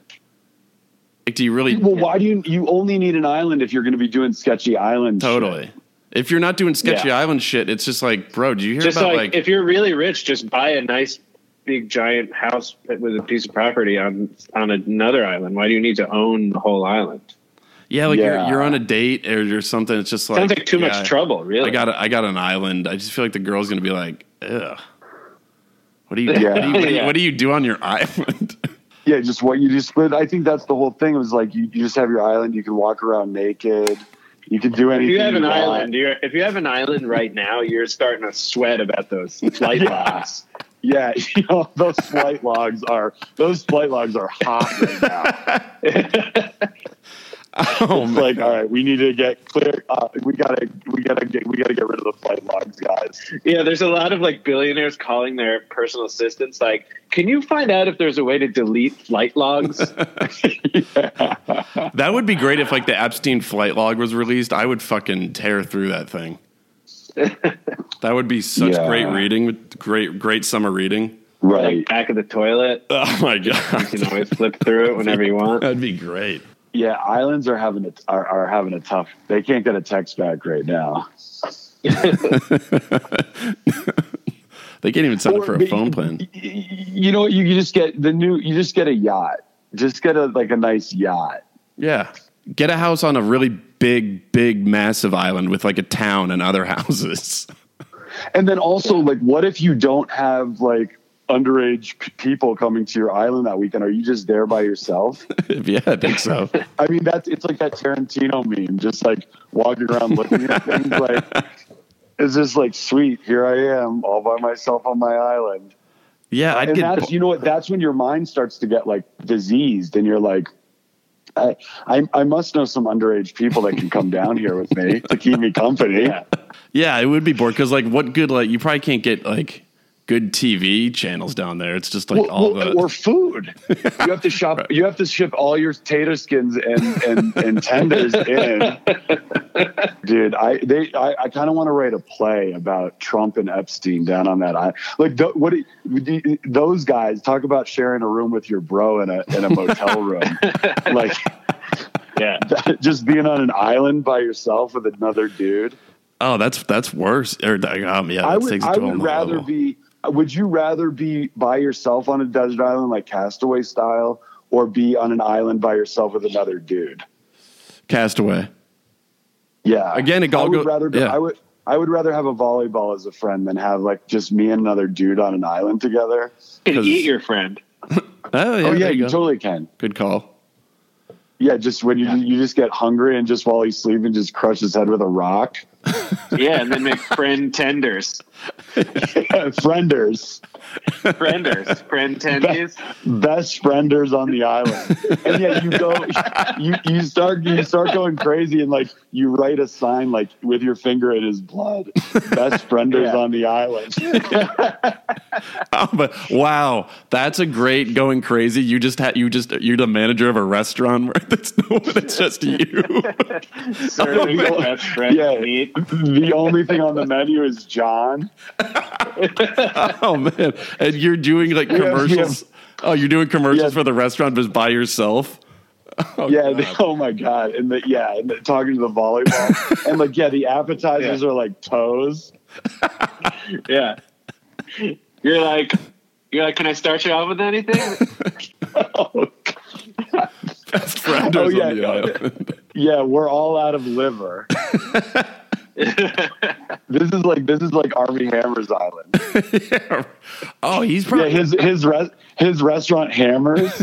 S1: Like, do you really?
S2: Well, why do you? You only need an island if you're going to be doing sketchy island. shit.
S1: Totally. If you're not doing sketchy
S3: Yeah.
S1: island shit, it's just like, bro, do you hear
S3: just
S1: about
S3: like,
S1: like,
S3: if you're really rich, just buy a nice big giant house with a piece of property on on another island. Why do you need to own the whole island?
S1: yeah, like
S2: Yeah.
S1: You're, you're on a date or you're something. It's just like
S3: Sounds like too
S1: yeah,
S3: much trouble, really.
S1: I got a, I got an island. I just feel like the girl's gonna be like, ugh. What do you,
S2: Yeah.
S1: what, do you, what, do you
S3: Yeah.
S1: what do you do on your island?
S2: Yeah, just what you just. But I think that's the whole thing. It was like you, you just have your island. You can walk around naked. You can do
S3: if
S2: anything.
S3: you have an
S2: want.
S3: island, you're, if you have an island right now, you're starting to sweat about those flight
S2: Yeah.
S3: logs.
S2: Yeah, you know, those flight logs are those flight logs are hot right now.
S1: oh
S2: It's
S1: man.
S2: like, all right, we need to get clear. Uh, we gotta, we gotta get, we gotta get rid of the flight logs, guys.
S3: Yeah, there's a lot of like billionaires calling their personal assistants, like, can you find out if there's a way to delete flight logs?
S1: that would be great if like the Epstein flight log was released. I would fucking tear through that thing. that would be such
S2: Yeah.
S1: great reading, great great summer reading.
S3: like back of the toilet.
S1: Oh my
S3: You can
S1: god,
S3: always flip through it whenever you want.
S1: that'd be great.
S2: Yeah, islands are having a, are, are having a tough. They can't get a text back right now.
S1: They can't even sign up
S2: Or
S1: for a
S2: be-
S1: phone plan.
S2: Y- y- You know what? You, you just get the new. You just get a yacht. Just get a like a nice yacht.
S1: Yeah, get a house on a really big, big, massive island with like a town and other houses.
S2: And then also, like, what if you don't have like underage p- people coming to your island that weekend? Are you just there by yourself?
S1: yeah, I think so.
S2: I mean, that's it's like that Tarantino meme, just like walking around looking at things. Like, it's just like sweet? Here I am, all by myself on my island.
S1: Yeah, I'd
S2: and
S1: get.
S2: that's you know what? That's when your mind starts to get like diseased, and you're like. I, I I must know some underage people that can come down here with me to keep me company.
S3: Yeah.
S1: yeah, it would be bored because like, what good? Like, you probably can't get like good TV channels down there. It's just like
S2: Well,
S1: all
S2: well,
S1: the.
S2: or food. You have to shop. You have to ship all your tater skins and and, and tenders in. Dude, I they I, I kind of want to write a play about Trump and Epstein down on that island. Like th- what do you- do you- those guys talk about sharing a room with your bro in a in a motel room, like
S3: Yeah.
S2: just being on an island by yourself with another dude.
S1: oh, that's that's worse. Or um, yeah, that
S2: I would,
S1: takes it
S2: I
S1: to
S2: would
S1: another
S2: rather
S1: level.
S2: be. Would you rather be by yourself on a desert island, like Castaway style, or be on an island by yourself with another dude?
S1: Castaway.
S2: Yeah.
S1: Again, it
S2: I
S1: all
S2: would
S1: go-
S2: rather. Be,
S1: yeah.
S2: I would. I would rather have a volleyball as a friend than have like just me and another dude on an island together.
S3: You can
S1: 'Cause-
S3: eat your friend.
S1: Oh yeah,
S2: oh yeah,
S1: there
S2: you
S1: you go.
S2: totally can.
S1: good call.
S2: Yeah, just when you you just get hungry and just while he's sleeping, just crush his head with a rock.
S3: Yeah, and then make friend tenders.
S2: Frienders.
S3: Frienders. Friend tendies.
S2: best frienders on the island. And yeah, you go, you, you start, you start going crazy, and like you write a sign like with your finger in his blood. Best frienders
S3: Yeah.
S2: on the island.
S1: Oh, but wow, that's a great going crazy. You just had you just you're the manager of a restaurant where that's no it's just you.
S3: Serving the
S2: Oh, man.
S3: best friend
S2: Yeah.
S3: to eat.
S2: the only thing on the menu is John.
S1: oh man, and you're doing like commercials. Oh, you're doing commercials
S2: Yeah.
S1: for the restaurant, but by yourself. Oh,
S2: Yeah.
S1: God.
S2: the- oh my god. And the, yeah, and the, talking to the volleyball, and like yeah, the appetizers
S3: Yeah.
S2: are like toes.
S3: Yeah. You're like you're like, Can I start you off with anything?
S1: best friend is
S2: Oh, yeah,
S1: on the
S2: yeah.
S1: island.
S2: Yeah, we're all out of liver. this is like this is like Army Hammer's Island.
S1: Yeah. Oh, he's
S2: Yeah,
S1: probably
S2: his his res, his restaurant hammers.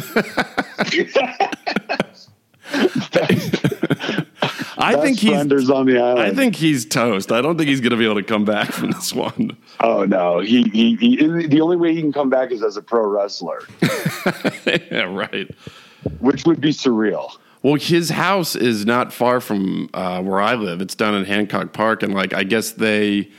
S1: I think he's
S2: frienders on the island.
S1: I think he's toast. I don't think he's gonna be able to come back from this one.
S2: Oh no, he, he he. The only way he can come back is as a pro wrestler,
S1: yeah, right.
S2: which would be surreal.
S1: Well, his house is not far from uh, where I live. It's down in Hancock Park, and like I guess they,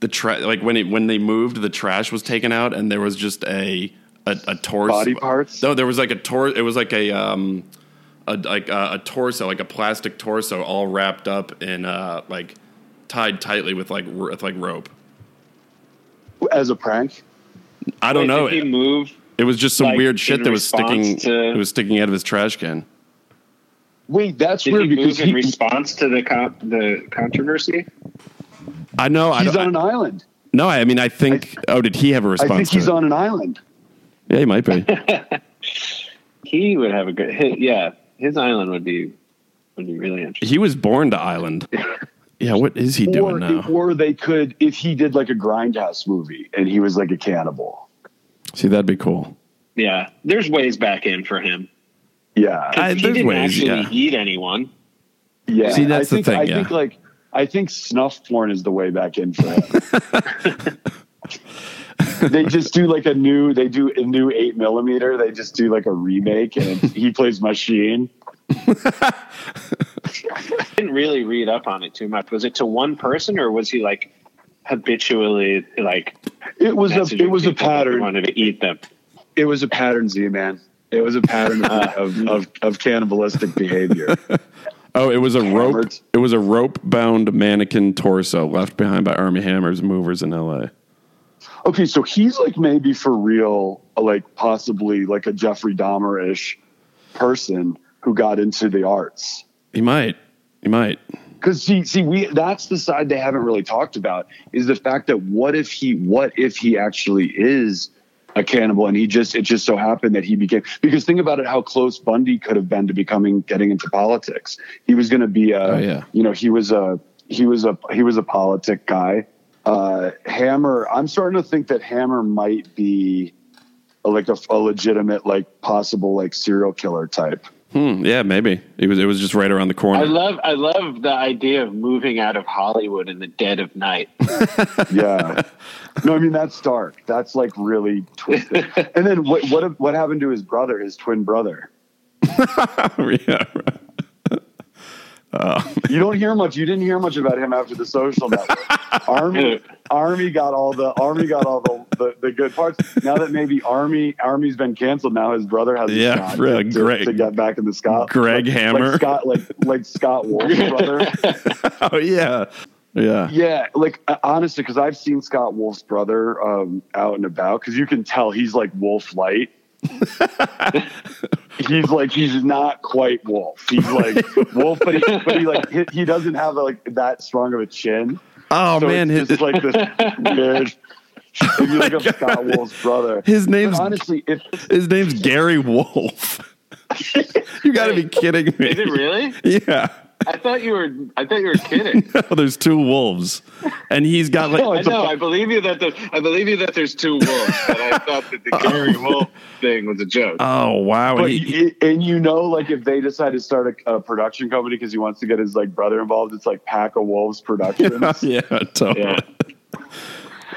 S1: the tra- like when it, when they moved, the trash was taken out, and there was just a a, a torso
S2: Body parts?
S1: No, there was like a tor. It was like a um, a like uh, a torso, like a plastic torso, all wrapped up in uh like tied tightly with like r- with like rope.
S2: As a prank,
S1: I don't know.
S3: He
S1: It,
S3: move
S1: it was just some
S3: like,
S1: weird shit
S3: in
S1: that was
S3: response
S1: sticking.
S3: to-
S1: It was sticking out of his trash can.
S2: Wait, that's
S3: Did
S2: weird
S3: he
S2: because
S3: move in
S2: he,
S3: response to the con- the controversy?
S1: I know. I
S2: he's
S1: don't,
S2: on an island.
S1: no, I mean, I think. oh, did he have a
S2: I
S1: response?
S2: think
S1: to
S2: he's
S1: it?
S2: on an island.
S1: Yeah, he might be.
S3: He would have a good. hi yeah, his island would be would be really interesting.
S1: he was born to island. Yeah, what is he doing
S2: or,
S1: now?
S2: or they could, if he did like a grindhouse movie and he was like a cannibal.
S1: See, that'd be cool.
S3: Yeah, there's ways back in for him.
S2: Yeah.
S3: 'Cause
S1: I-
S3: he
S1: there's
S3: didn't
S1: ways,
S3: actually
S1: yeah.
S3: eat anyone.
S2: Yeah.
S1: See, that's
S2: I
S1: the
S2: think,
S1: thing,
S2: I
S1: yeah.
S2: think like, I think snuff porn is the way back in for him. they just do like a new, they do a new eight millimeter. They just do like a remake and he plays machine.
S3: didn't really read up on it too much. Was it to one person or was he like habitually like
S2: It was a,
S3: messaging
S2: it was a
S3: people that he
S2: pattern.
S3: wanted to eat them?
S2: it was a pattern z man it was a pattern of, of, of cannibalistic behavior
S1: Oh, it was a rope.
S2: Hammered.
S1: It was a rope bound mannequin torso left behind by Army Hammers movers in L.A.
S2: okay so he's like maybe for real like possibly like a jeffrey dahmer-ish person who got into the arts
S1: He might. He might.
S2: because see, see we that's the side they haven't really talked about is the fact that what if he what if he actually is a cannibal and he just it just so happened that he became because think about it how close bundy could have been to becoming getting into politics he was going to be a
S1: Oh, yeah.
S2: you know he was a he was a he was a politic guy uh hammer i'm starting to think that hammer might be a, like a, a legitimate like possible like serial killer type
S1: Hmm, yeah, maybe. It was. It was just right around the corner.
S3: I love I love the idea of moving out of Hollywood in the dead of night.
S2: yeah. No, I mean that's dark. That's like really twisted. And then what what what happened to his brother, his twin brother?
S1: yeah. right.
S2: You don't hear much. You didn't hear much about him after the social network. Army Army got all the Army got all the, the, the good parts. Now that maybe Army Army's been canceled, now his brother has a
S1: Yeah,
S2: shot
S1: really,
S2: to,
S1: Greg-
S2: to get back in the Scott
S1: Greg
S2: like,
S1: Hammer.
S2: like Scott like like Scott Wolf's brother.
S1: Oh yeah. Yeah.
S2: Yeah, like uh, honestly, because I've seen Scott Wolf's brother um, out and about, because you can tell he's like Wolf Light. he's like he's not quite Wolf. He's like Wolf, but he, but he like he, he doesn't have like that strong of a chin.
S1: Oh
S2: so
S1: man,
S2: it's
S1: his, Oh
S2: just like this weird. If you look up Scott Wolf's brother,
S1: his
S2: but
S1: name's
S2: honestly, if
S1: his name's Gary Wolf. you got to be kidding me.
S3: Is it really?
S1: Yeah. Oh,
S3: I thought you were I thought you were kidding.
S1: There's two wolves, and he's got like
S2: Oh,
S3: I
S2: it's a-
S3: know. I believe you that the, I believe you that there's two wolves, but I thought that the Gary Wolf thing was a joke.
S1: Oh wow!
S2: But
S1: He-
S2: y- and you know, like if they decide to start a, a production company because he wants to get his like brother involved, it's like Pack of Wolves Productions.
S1: yeah, totally.
S3: yeah.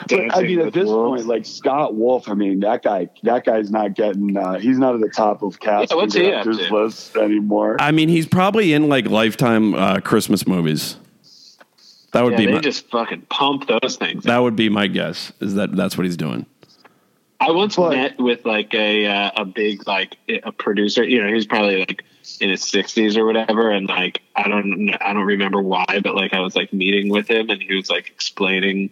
S2: But, I mean,
S3: Dancing
S2: at
S3: with
S2: this
S3: wolves.
S2: point, like Scott Wolf, I mean, that guy, that guy's not getting, uh, he's not at the top of cast
S3: Yeah, what's he up
S2: directors
S3: to?
S2: list anymore.
S1: I mean, he's probably in like lifetime uh, Christmas movies. That would
S3: yeah,
S1: be
S3: they
S1: my,
S3: just fucking pump those things.
S1: that would be my guess. Is that that's what he's doing?
S3: I once
S2: But-
S3: met with like a uh, a big like a producer. You know, he was probably like in his sixties or whatever, and like I don't kn- I don't remember why, but like I was like meeting with him, and he was like explaining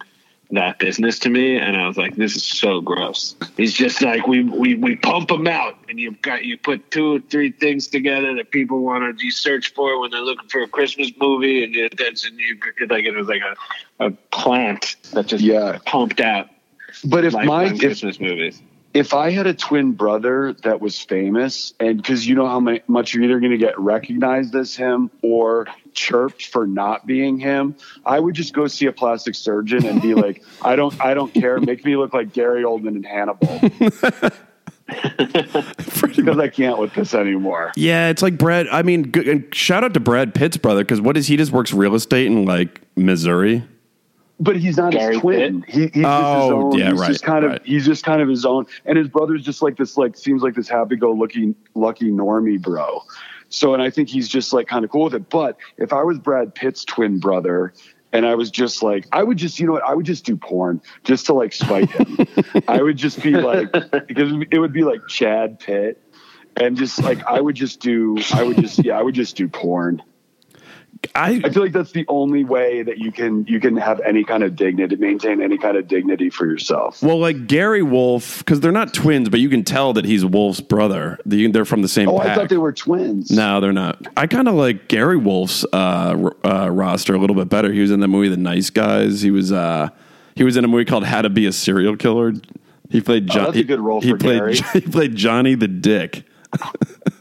S3: that business to me, and I was like, this is so gross. He's just like we we we pump them out, and you've got you put two or three things together that people want to you search for when they're looking for a Christmas movie, and it- that's and you like it was like a a plant that just
S2: Yeah.
S3: pumped out.
S2: But if
S3: Like
S2: my, if,
S3: Christmas movies.
S2: if I had a twin brother that was famous, and because you know how many, much you're either going to get recognized as him or chirped for not being him, I would just go see a plastic surgeon and be like, I don't, I don't care. Make me look like Gary Oldman and Hannibal
S1: Pretty much.
S2: because I can't with this anymore.
S1: Yeah, it's like Brad. I mean, good, and shout out to Brad Pitt's brother because what is he? Just works real estate in like Missouri.
S2: But he's not
S3: Gary
S2: his twin. He, he's just his
S1: Oh,
S2: own.
S1: yeah,
S2: he's
S1: right,
S2: just kind of
S1: right.
S2: he's just kind of his own. And his brother's just like this like seems like this happy go lucky lucky normie bro. So and I think he's just like kind of cool with it. But if I was Brad Pitt's twin brother and I was just like I would just you know what I would just do porn just to like spite him. I would just be like because it would be like Chad Pitt and just like I would just do I would just yeah I would just do porn.
S1: I
S2: I feel like that's the only way that you can you can have any kind of dignity, maintain any kind of dignity for yourself.
S1: well, like Gary Wolf, because they're not twins, but you can tell that he's Wolf's brother. They- They're from the same.
S2: Oh,
S1: pack.
S2: I thought they were twins.
S1: No, they're not. I kind of like Gary Wolf's uh, r- uh, roster a little bit better. He was in the movie The Nice Guys. He was uh, he was in a movie called How to Be a Serial Killer. He played Johnny.
S2: Oh, that's a good role
S1: he
S2: for
S1: played,
S2: Gary.
S1: He played Johnny the Dick.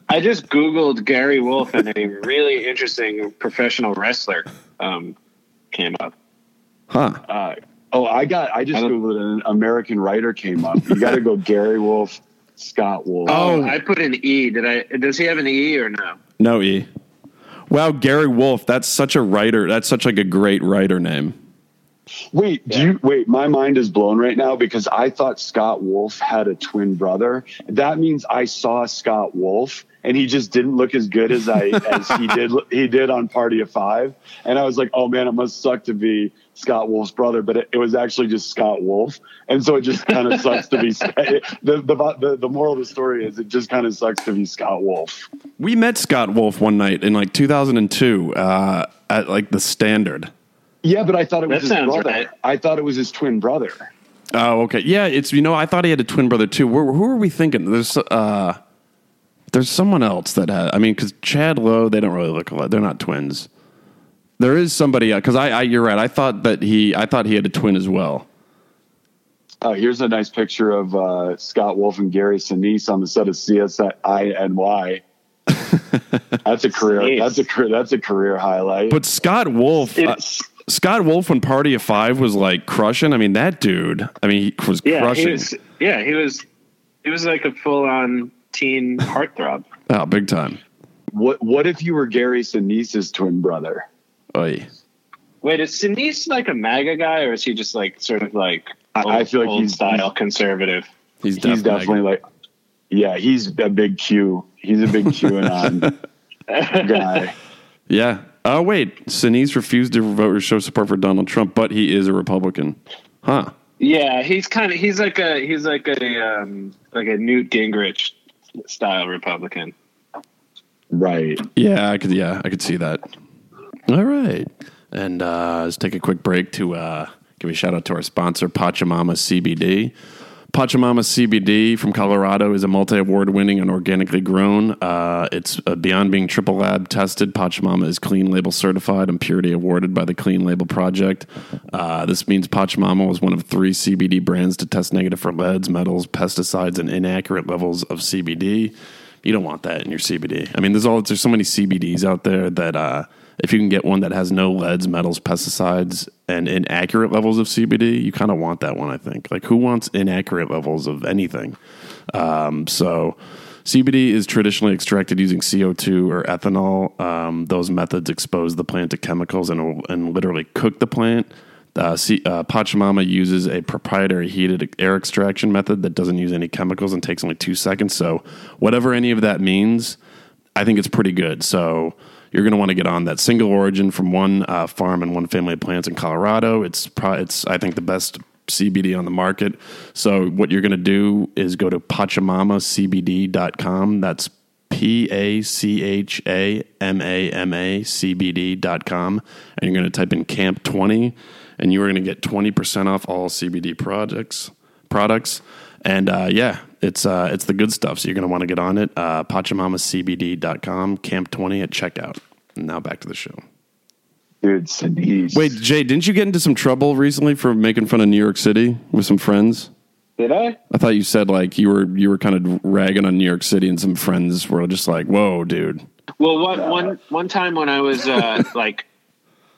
S3: I just googled Gary Wolf, and a really interesting professional wrestler um, came up.
S1: Huh.
S2: Uh, oh, I got. I just
S3: I don't-
S2: googled it. and An American writer came up. You got to go Gary Wolf, Scott Wolf.
S1: Oh.
S3: I put an E. Did I? Does he have an E or no?
S1: No E. Wow, Gary Wolf. That's such a writer. That's such like a great writer name.
S2: Wait, do you wait? My mind is blown right now because I thought Scott Wolf had a twin brother. That means I saw Scott Wolf, and he just didn't look as good as I as he did he did on Party of Five. And I was like, oh man, it must suck to be Scott Wolf's brother, but it, it was actually just Scott Wolf, and so it just kind of sucks to be. The, the the the moral of the story is it just kind of sucks to be Scott Wolf.
S1: We met Scott Wolf one night in like 2002 uh, at like the Standard.
S2: Yeah, but I thought it was
S3: That
S2: his
S3: sounds
S2: brother.
S3: right.
S2: I thought it was his twin brother.
S1: Oh, okay. Yeah, it's you know I thought he had a twin brother too. Where, who are we thinking? There's uh, there's someone else that had. I mean, because Chad Lowe, they don't really look alike. They're not twins. There is somebody because I, I you're right. I thought that he I thought he had a twin as well.
S2: Uh, here's a nice picture of uh, Scott Wolf and Gary Sinise on the set of CSINY. that's a career.
S3: Sinise.
S2: That's a career. That's a career highlight.
S1: But Scott Wolf, uh,
S3: It's-
S1: Scott Wolf, when Party of Five was like crushing. I mean, that dude. I mean, he was
S3: yeah,
S1: crushing.
S3: he was. Yeah, he was. He was like a full-on teen heartthrob.
S1: oh, big time.
S2: what What if you were Gary Sinise's twin brother?
S1: Oy.
S3: Wait, is Sinise like a MAGA guy, or is he just like sort of like
S2: I- I feel like
S3: old
S2: he's-
S3: style conservative?
S1: He's definitely,
S2: he's definitely like, yeah, he's a big Q. He's a big QAnon guy.
S1: yeah. Oh wait, Sinise refused to vote or show support for Donald Trump, but he is a Republican, huh?
S3: Yeah, he's kind of he's like a he's like a um, like a Newt Gingrich style Republican.
S2: Right.
S1: Yeah, I could. Yeah, I could see that. All right, and uh, let's take a quick break to uh, give a shout out to our sponsor, Pachamama CBD. Pachamama CBD from Colorado is a multi award winning and organically grown. Uh, it's uh, beyond being triple lab tested. Pachamama is clean label certified and purity awarded by the Clean Label Project. Uh, this means Pachamama was one of three CBD brands to test negative for leads, metals, pesticides, and inaccurate levels of CBD. You don't want that in your CBD. I mean, there's all there's so many CBDs out there that uh, if you can get one that has no leads, metals, pesticides, and inaccurate levels of CBD, you kind of want that one. I think. Like, who wants inaccurate levels of anything? Um, so. CBD is traditionally extracted using CO2 or ethanol. Um, those methods expose the plant to chemicals and, and literally cook the plant. Uh, C, uh, Pachamama uses a proprietary heated air extraction method that doesn't use any chemicals and takes only two seconds. So, whatever any of that means, I think it's pretty good. So you're going to want to get on that single origin from one uh, farm and one family of plants in Colorado. It's pro- it's I think the best CBD on the market. So what you're going to do is go to pachamamacbd.com. That's P A C H A M A M A C B D.com. And you're going to type in Camp 20 and you are going to get 20% off all CBD products products. And uh, yeah, it's uh, it's the good stuff. So you're going to want to get on it. Uh, PachamamaCBD.com, Camp 20 at checkout. Now back to the show.
S2: Dude, Sinise.
S1: Wait, Jay, didn't you get into some trouble recently for making fun of New York City with some friends?
S3: Did I?
S1: I thought you said like you were you were kind of ragging on New York City, and some friends were just like, "Whoa, dude!"
S3: Well, one one one time when I was uh, like,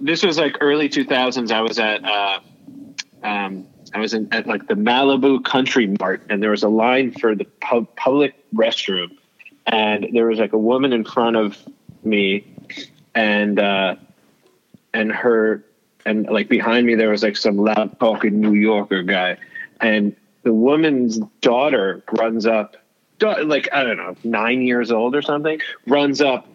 S3: this was like early two thousands. I was at uh, um, I was in, at like the Malibu Country Mart, and there was a line for the pub- public restroom, and there was like a woman in front of me, and uh, and her and like behind me there was like some loud talking New Yorker guy, and the woman's daughter runs up, da- like I don't know, nine years old or something, runs up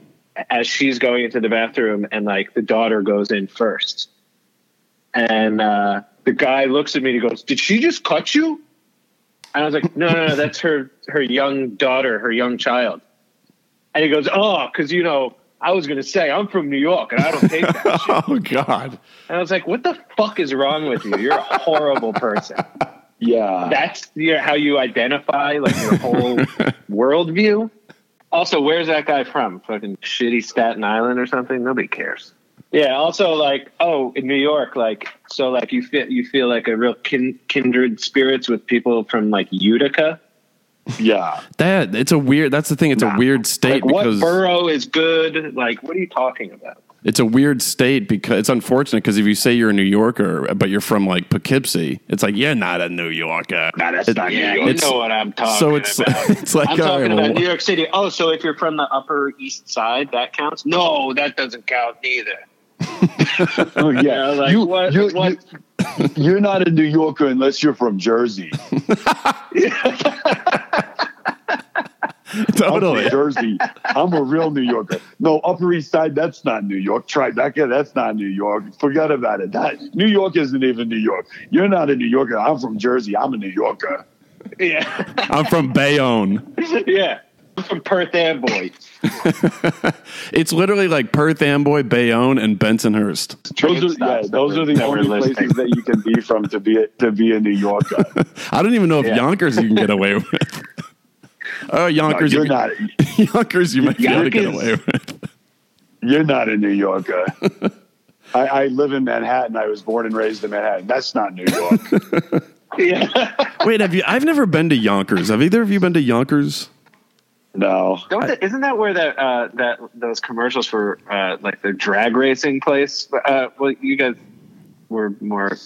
S3: as she's going into the bathroom, and like the daughter goes in first, and uh, the guy looks at me and he goes, "Did she just cut you?" And I was like, "No, no, no, that's her her young daughter, her young child." And he goes, "Oh, because you know." I was going to say, I'm from New York and I don't take that shit.
S1: oh God.
S3: And I was like, what the fuck is wrong with you? You're a horrible person.
S2: Yeah.
S3: That's your, how you identify like your whole worldview. Also, where's that guy from? Fucking shitty Staten Island or something? Nobody cares. Yeah. Also, like, oh, in New York, like, so, like, you feel you feel like a real kin- kindred spirits with people from like Utica.
S2: yeah.
S1: That it's a weird. That's the thing. It's a
S3: Nah.
S1: weird state
S3: Like, what
S1: because
S3: borough is good? Like, what are you talking about?
S1: it's a weird state because it's unfortunate because if you say you're a New Yorker but you're from like Poughkeepsie, it's like you're not a New Yorker.
S2: Nah, that's not New
S3: Yeah, you
S2: York.
S1: It's-
S3: know what I'm talking
S1: so it's
S3: about.
S1: it's like
S3: I'm
S1: all right,
S3: talking
S1: well,
S3: about New York City. Oh, so if you're from the Upper East Side, that counts? No, that doesn't count either.
S2: Oh, yeah.
S3: like,
S2: you,
S3: what-
S2: you,
S3: what-
S2: You, are not a New Yorker unless you're from Jersey. I'm
S1: totally.
S2: from Jersey. I'm a real New Yorker. No, Upper East Side, that's not New York. Tribeca, that's not New York. Forget about it. That, New York isn't even New York. You're not a New Yorker. I'm from Jersey. I'm a New Yorker.
S3: Yeah,
S1: I'm from Bayonne.
S3: yeah. I'm from Perth Amboy.
S1: It's literally like Perth Amboy, Bayonne, and Bensonhurst.
S2: Those are, yeah,
S3: stops that
S2: those
S3: we're-
S2: are the
S3: that we're
S2: only
S3: listing.
S2: places that you can be from to be a, to be a New Yorker.
S1: I don't even know if
S3: Yeah.
S1: Yonkers you can get away with. Oh,
S2: No,
S1: Yonkers,
S2: you're
S1: you
S2: not.
S1: can- Yonkers, you might be able to get
S3: Yonkers.
S1: away with.
S2: You're not a New Yorker. I, I live in Manhattan. I was born and raised in Manhattan. That's not New York.
S3: Yeah.
S1: Wait, have you? I've never been to Yonkers. Have either of you been to Yonkers?
S2: No.
S3: Don't they- isn't that where that uh, that those commercials for uh, like the drag racing place? Uh, well, you guys were more.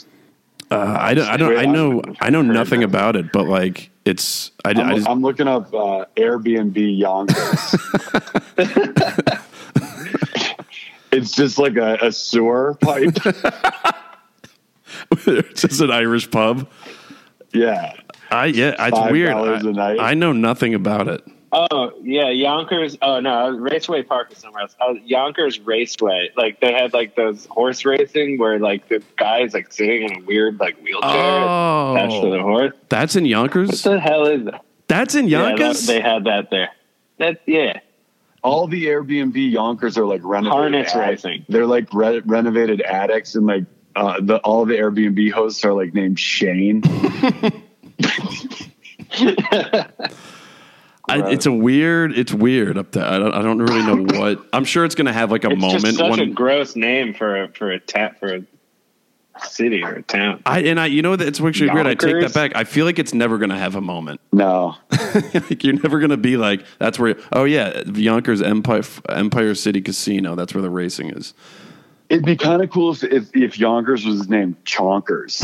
S1: Uh, I don't. I don't. I know. I know nothing about it, but like it's. I, I
S2: I'm,
S1: just,
S2: I'm looking up uh, Airbnb Yonkers. it's just like a, a sewer pipe.
S1: it's just an Irish pub.
S2: yeah.
S1: I yeah. It's
S2: Five
S1: weird.
S2: dollars a
S1: I,
S2: night.
S1: I know nothing about it.
S3: Oh yeah, Yonkers. Oh no, Raceway Park is somewhere else. Oh, Yonkers Raceway. Like they had like those horse racing where like the guy's like sitting in a weird like wheelchair attached to the
S1: Oh,
S3: horse.
S1: that's in
S3: What
S1: Yonkers.
S3: the hell is that?
S1: That's in
S3: Yeah, that,
S1: Yonkers.
S3: they had that there. That yeah,
S2: All the Airbnb Yonkers are like renovated.
S3: Harness
S2: attic-
S3: racing.
S2: They're like re- renovated attics, and like uh, the all the Airbnb hosts are like named Shane.
S1: I, it's a weird. It's weird up there. I don't. I don't really know what. I'm sure it's going to have like a
S3: it's
S1: moment.
S3: just such
S1: when,
S3: a gross name for a for a ta- for a city or a town.
S1: I and I. You know that it's actually weird. I take that
S3: Yonkers?
S1: back. I feel like it's never going to have a moment.
S2: No.
S1: like you're never going to be like that's where. Oh yeah, Yonkers Empire Empire City Casino. That's where the racing is.
S2: It'd be kind of cool if, if if Yonkers was named Chonkers.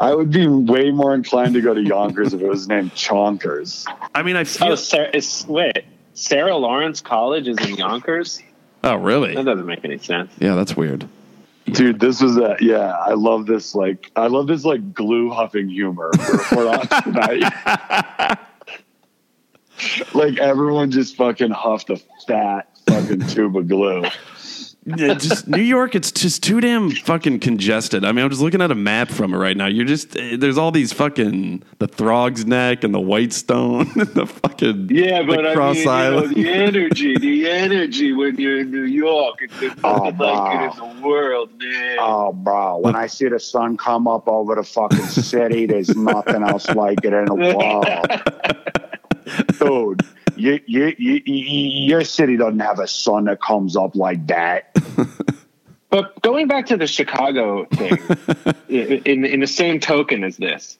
S2: I would be way more inclined to go to Yonkers if it was named Chonkers.
S1: I mean, I
S3: Oh,
S1: feel.
S3: Sarah, is, wait, Sarah Lawrence College is in Yonkers.
S1: Oh really?
S3: That doesn't make any sense.
S1: Yeah, that's weird.
S2: Dude, this was a yeah. I love this like I love this like glue huffing humor we're, we're on tonight. like everyone just fucking huffed a fat fucking tube of glue.
S1: Yeah, just New York, it's just too damn fucking congested. I mean, I'm just looking at a map from it right now. You're just eh, there's all these fucking the Throg's Neck and the Whitestone and the fucking
S3: Yeah, but
S1: the
S3: I
S1: Cross
S3: mean, you know,
S1: Island.
S3: the energy, the energy when you're in New York, it's the
S2: Oh,
S3: like
S2: wow.
S3: it in the world, man.
S4: Oh, bro! When I see the sun come up over the fucking city, there's nothing else like it in the world, dude. You, you, you, you, your city doesn't have a sun that comes up like that.
S3: But going back to the Chicago thing, in in the same token as this,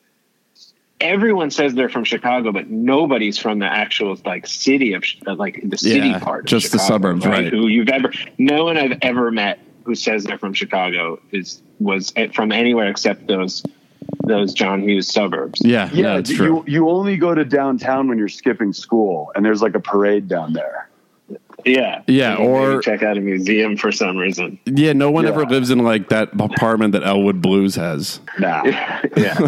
S3: everyone says they're from Chicago, but nobody's from the actual like city of Chi- like the city
S1: Yeah,
S3: part, of
S1: just the
S3: Chicago,
S1: suburbs, right.
S3: Who you've ever no one I've ever met who says they're from Chicago is was eh, from anywhere except those those John Hughes suburbs.
S1: yeah, yeah,
S2: Yeah,
S1: it's
S2: you
S1: true.
S2: you only go to downtown when you're skipping school, and there's like a parade down there.
S3: Yeah,
S1: Yeah,
S3: Maybe
S1: or-
S3: check out a museum for some reason.
S1: yeah, no one
S2: Yeah.
S1: ever lives in like that apartment that Elwood Blues has.
S2: Nah.
S3: Yeah,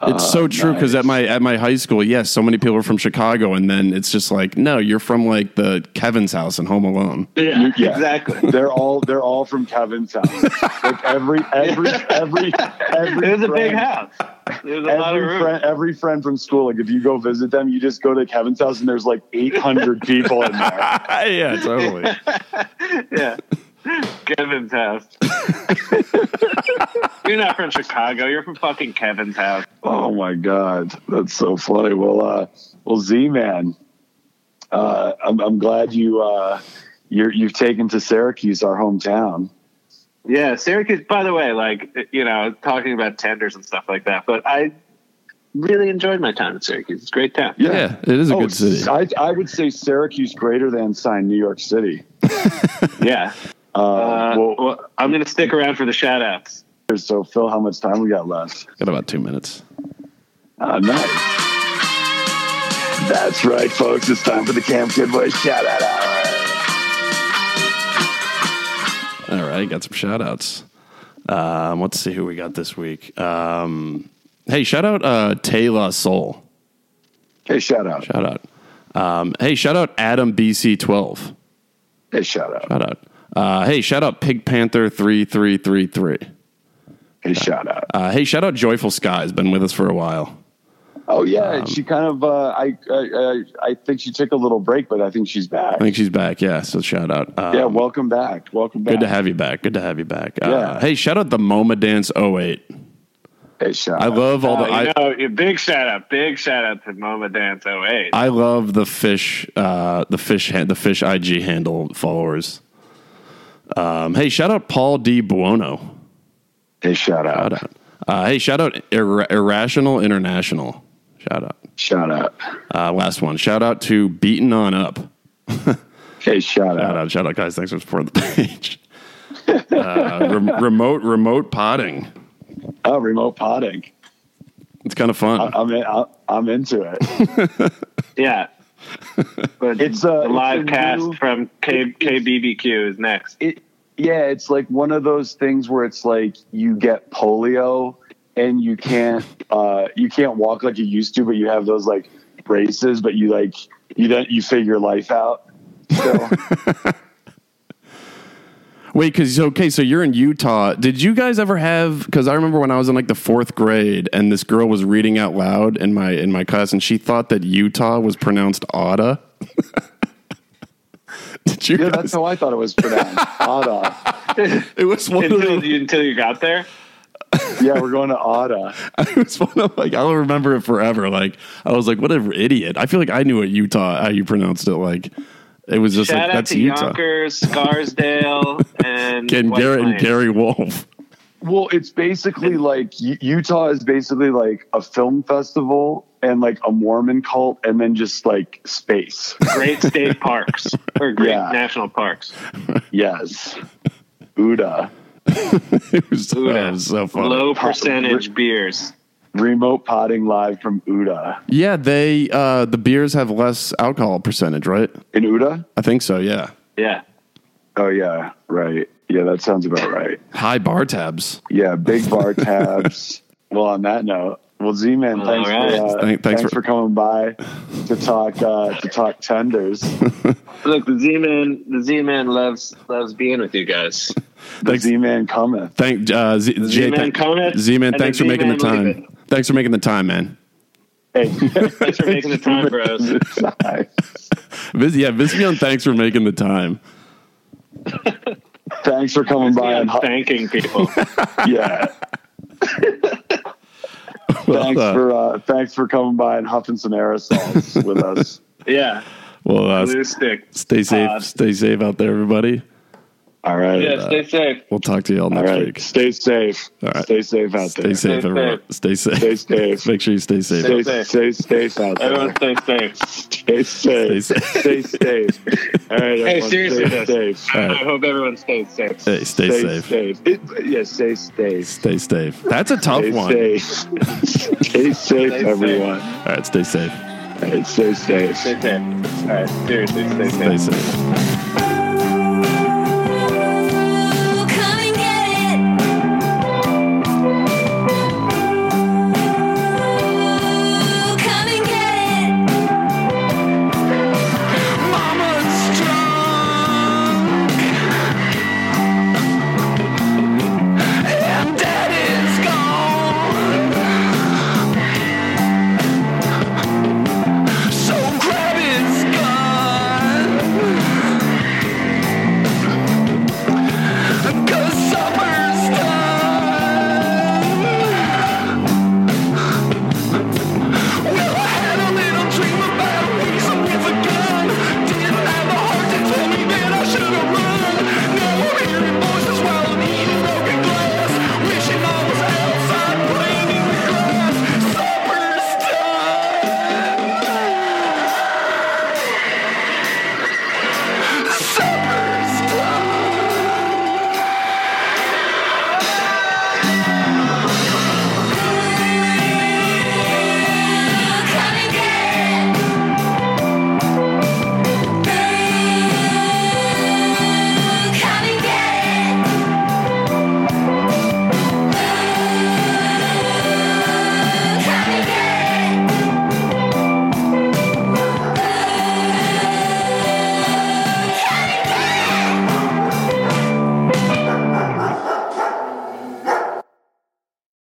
S3: Uh,
S1: It's so true because at my at my high school, yes, so many people are from Chicago, and then it's just like, no, you're from like the Kevin's house in Home Alone.
S3: yeah,
S2: Yeah.
S3: exactly.
S2: They're all they're all from Kevin's house. Like every every every every
S3: It was a big
S2: friend-
S3: house. There's a lot of
S2: Every
S3: room.
S2: friend, every friend from school, like if you go visit them, you just go to Kevin's house and there's like 800 people in there.
S1: yeah, totally.
S3: yeah. Kevin's house. you're not from Chicago. You're from fucking Kevin's house.
S2: Oh my god, that's so funny. Well, uh, well, Z man, uh, I'm, I'm glad you uh, you're, you've taken to Syracuse, our hometown.
S3: Yeah, Syracuse. By the way, like you know, talking about tenders and stuff like that, but I really enjoyed my time in Syracuse. It's a great town.
S1: Yeah, it is a
S2: Oh,
S1: good city.
S2: I, I would say Syracuse greater than sign New York City.
S3: Yeah.
S2: Uh,
S3: Uh,
S2: well,
S3: well, I'm gonna stick around for the shout outs.
S2: so Phil, how much time we got left?
S1: Got about two minutes.
S2: Ah, nice. That's right, folks. It's time for the Camp Kid Boys shout out hour.
S1: All right, got some shout outs. Um, let's see who we got this week. Um, hey, shout out uh, Taylor Soul.
S2: Hey, shout out.
S1: Shout out. Um, hey, shout out Adam BC12.
S2: Hey, shout out.
S1: Shout out. Uh, hey, shout out Pig Panther 3333.
S2: Hey, shout out.
S1: Uh, hey, shout out Joyful Sky's been with us for a while.
S2: Oh yeah, she kind of. Uh, I, I I I think she took a little break, but I think she's back.
S1: I think she's back. Yeah, so shout out. Um,
S2: yeah, welcome back. Welcome back.
S1: good to have you back. Good to have you back. Uh,
S2: Yeah.
S1: Hey, shout out the MoMA Dance 08.
S2: Hey, shout
S1: I
S2: out.
S1: love all
S3: Oh,
S1: the. I,
S3: you know, you- big shout out, big shout out to Moma Dance 08.
S1: I love the fish, uh, the fish, han- the fish IG handle followers. Um, hey, shout out Paul D Buono.
S2: hey, shout
S1: Shout
S2: out.
S1: out. Uh, hey, shout out Ir- Irrational International. Shout out.
S2: Shout out.
S1: Uh, last one. Shout out to Beaten on Up.
S2: Hey, shout
S1: Shout
S2: out.
S1: out, shout out, guys. Thanks for supporting the page. Uh, rem- remote, remote potting.
S2: Oh, remote potting.
S1: It's kind of fun.
S2: I'm in, I- I'm into it.
S3: yeah. But
S2: It's uh,
S3: the live
S2: it's a
S3: cast
S2: new-
S3: from K- KBBQ is next.
S2: it, yeah, it's like one of those things where it's like you get polio and you can't uh, you can't walk like you used to, but you have those like braces, but you like you don't you figure life out. So.
S1: Wait, because okay, so you're in Utah. Did you guys ever have? Because I remember when I was in like the fourth grade, and this girl was reading out loud in my in my class, and she thought that Utah was pronounced Otta. Did you?
S2: Yeah,
S1: guys,
S2: that's how I thought it was pronounced. Ada.
S1: it was one of
S3: Until
S1: the,
S3: you, until you got there?
S2: Yeah, we're going to Ada.
S1: it was one of like I'll remember it forever. Like I was like, whatever, idiot. I feel like I knew what Utah how you pronounced it. Like it was just
S3: Shout
S1: like
S3: out
S1: that's
S3: to
S1: Utah.
S3: Yonkers, Scarsdale, and,
S1: and
S3: White
S1: Gary and
S3: Plains.
S1: Gary Wolf.
S2: Well, it's basically like U- Utah is basically like a film festival and like a Mormon cult, and then just like space.
S3: Great state parks or great
S2: Yeah.
S3: national parks.
S2: Yes, Uda,
S1: It was, oh, it was so funny.
S3: Low percentage beers.
S2: remote potting live from Uda.
S1: Yeah, they uh, the beers have less alcohol percentage, right?
S2: In Uda?
S1: I think so. Yeah,
S3: Yeah.
S2: Oh yeah, right. Yeah, that sounds about right.
S1: high bar tabs.
S2: Yeah, big bar tabs. well, on that note, well, Z Man,
S3: All
S2: thanks,
S3: right.
S2: for, uh,
S1: Thank-
S2: thanks,
S1: thanks for-
S2: for, coming by to talk uh, to talk tenders.
S3: Look, the Z Man the Z Man loves loves being with you guys.
S2: The
S1: Thanks.
S2: Z Man cometh.
S1: Thank uh, Z- Jay,
S3: Z-Man
S1: thank-
S3: Conant
S1: Z-Man,
S3: and
S1: thanks
S3: the
S1: for making the
S3: Z-Man
S1: time.
S3: Leave
S1: Thanks for making the time, man.
S2: Hey.
S3: Thanks for making the time, bros.
S1: Vis- yeah, Vismion, thanks for making the time.
S2: Thanks for coming by.
S3: I'm
S2: And hu-
S3: thanking people.
S2: yeah.
S1: Well,
S2: Thanks
S1: uh,
S2: for uh, thanks for coming by and huffing some aerosols with us.
S3: Yeah.
S1: well, uh,
S3: Blue stick.
S1: stay safe.
S3: Uh,
S1: stay safe out there, everybody.
S2: All right.
S3: Yeah, stay safe.
S1: We'll talk to you all
S2: All
S1: next
S2: right.
S1: week.
S2: Stay safe.
S1: All right.
S2: Stay safe out
S1: Stay
S2: there.
S1: safe,
S3: Stay
S1: everyone. Stay safe.
S2: Stay safe.
S1: Make sure you stay safe.
S2: Stay,
S3: safe.
S2: stay safe out there.
S3: Everyone stay safe.
S2: Stay safe.
S1: Stay
S2: Stay safe. All right.
S3: Hey,
S2: everyone,
S3: seriously,
S2: Stay
S3: though.
S2: safe.
S1: All right.
S3: I hope everyone stays safe.
S1: Hey, stay, safe.
S2: safe. It- yeah, stay safe.
S1: Stay safe. That's a tough
S2: Stay
S1: one.
S2: safe. stay safe,
S3: safe.
S2: everyone.
S1: All right, stay safe.
S2: All right, stay safe.
S3: Stay safe. All right. Seriously, stay safe.
S1: Stay safe.
S2: Stay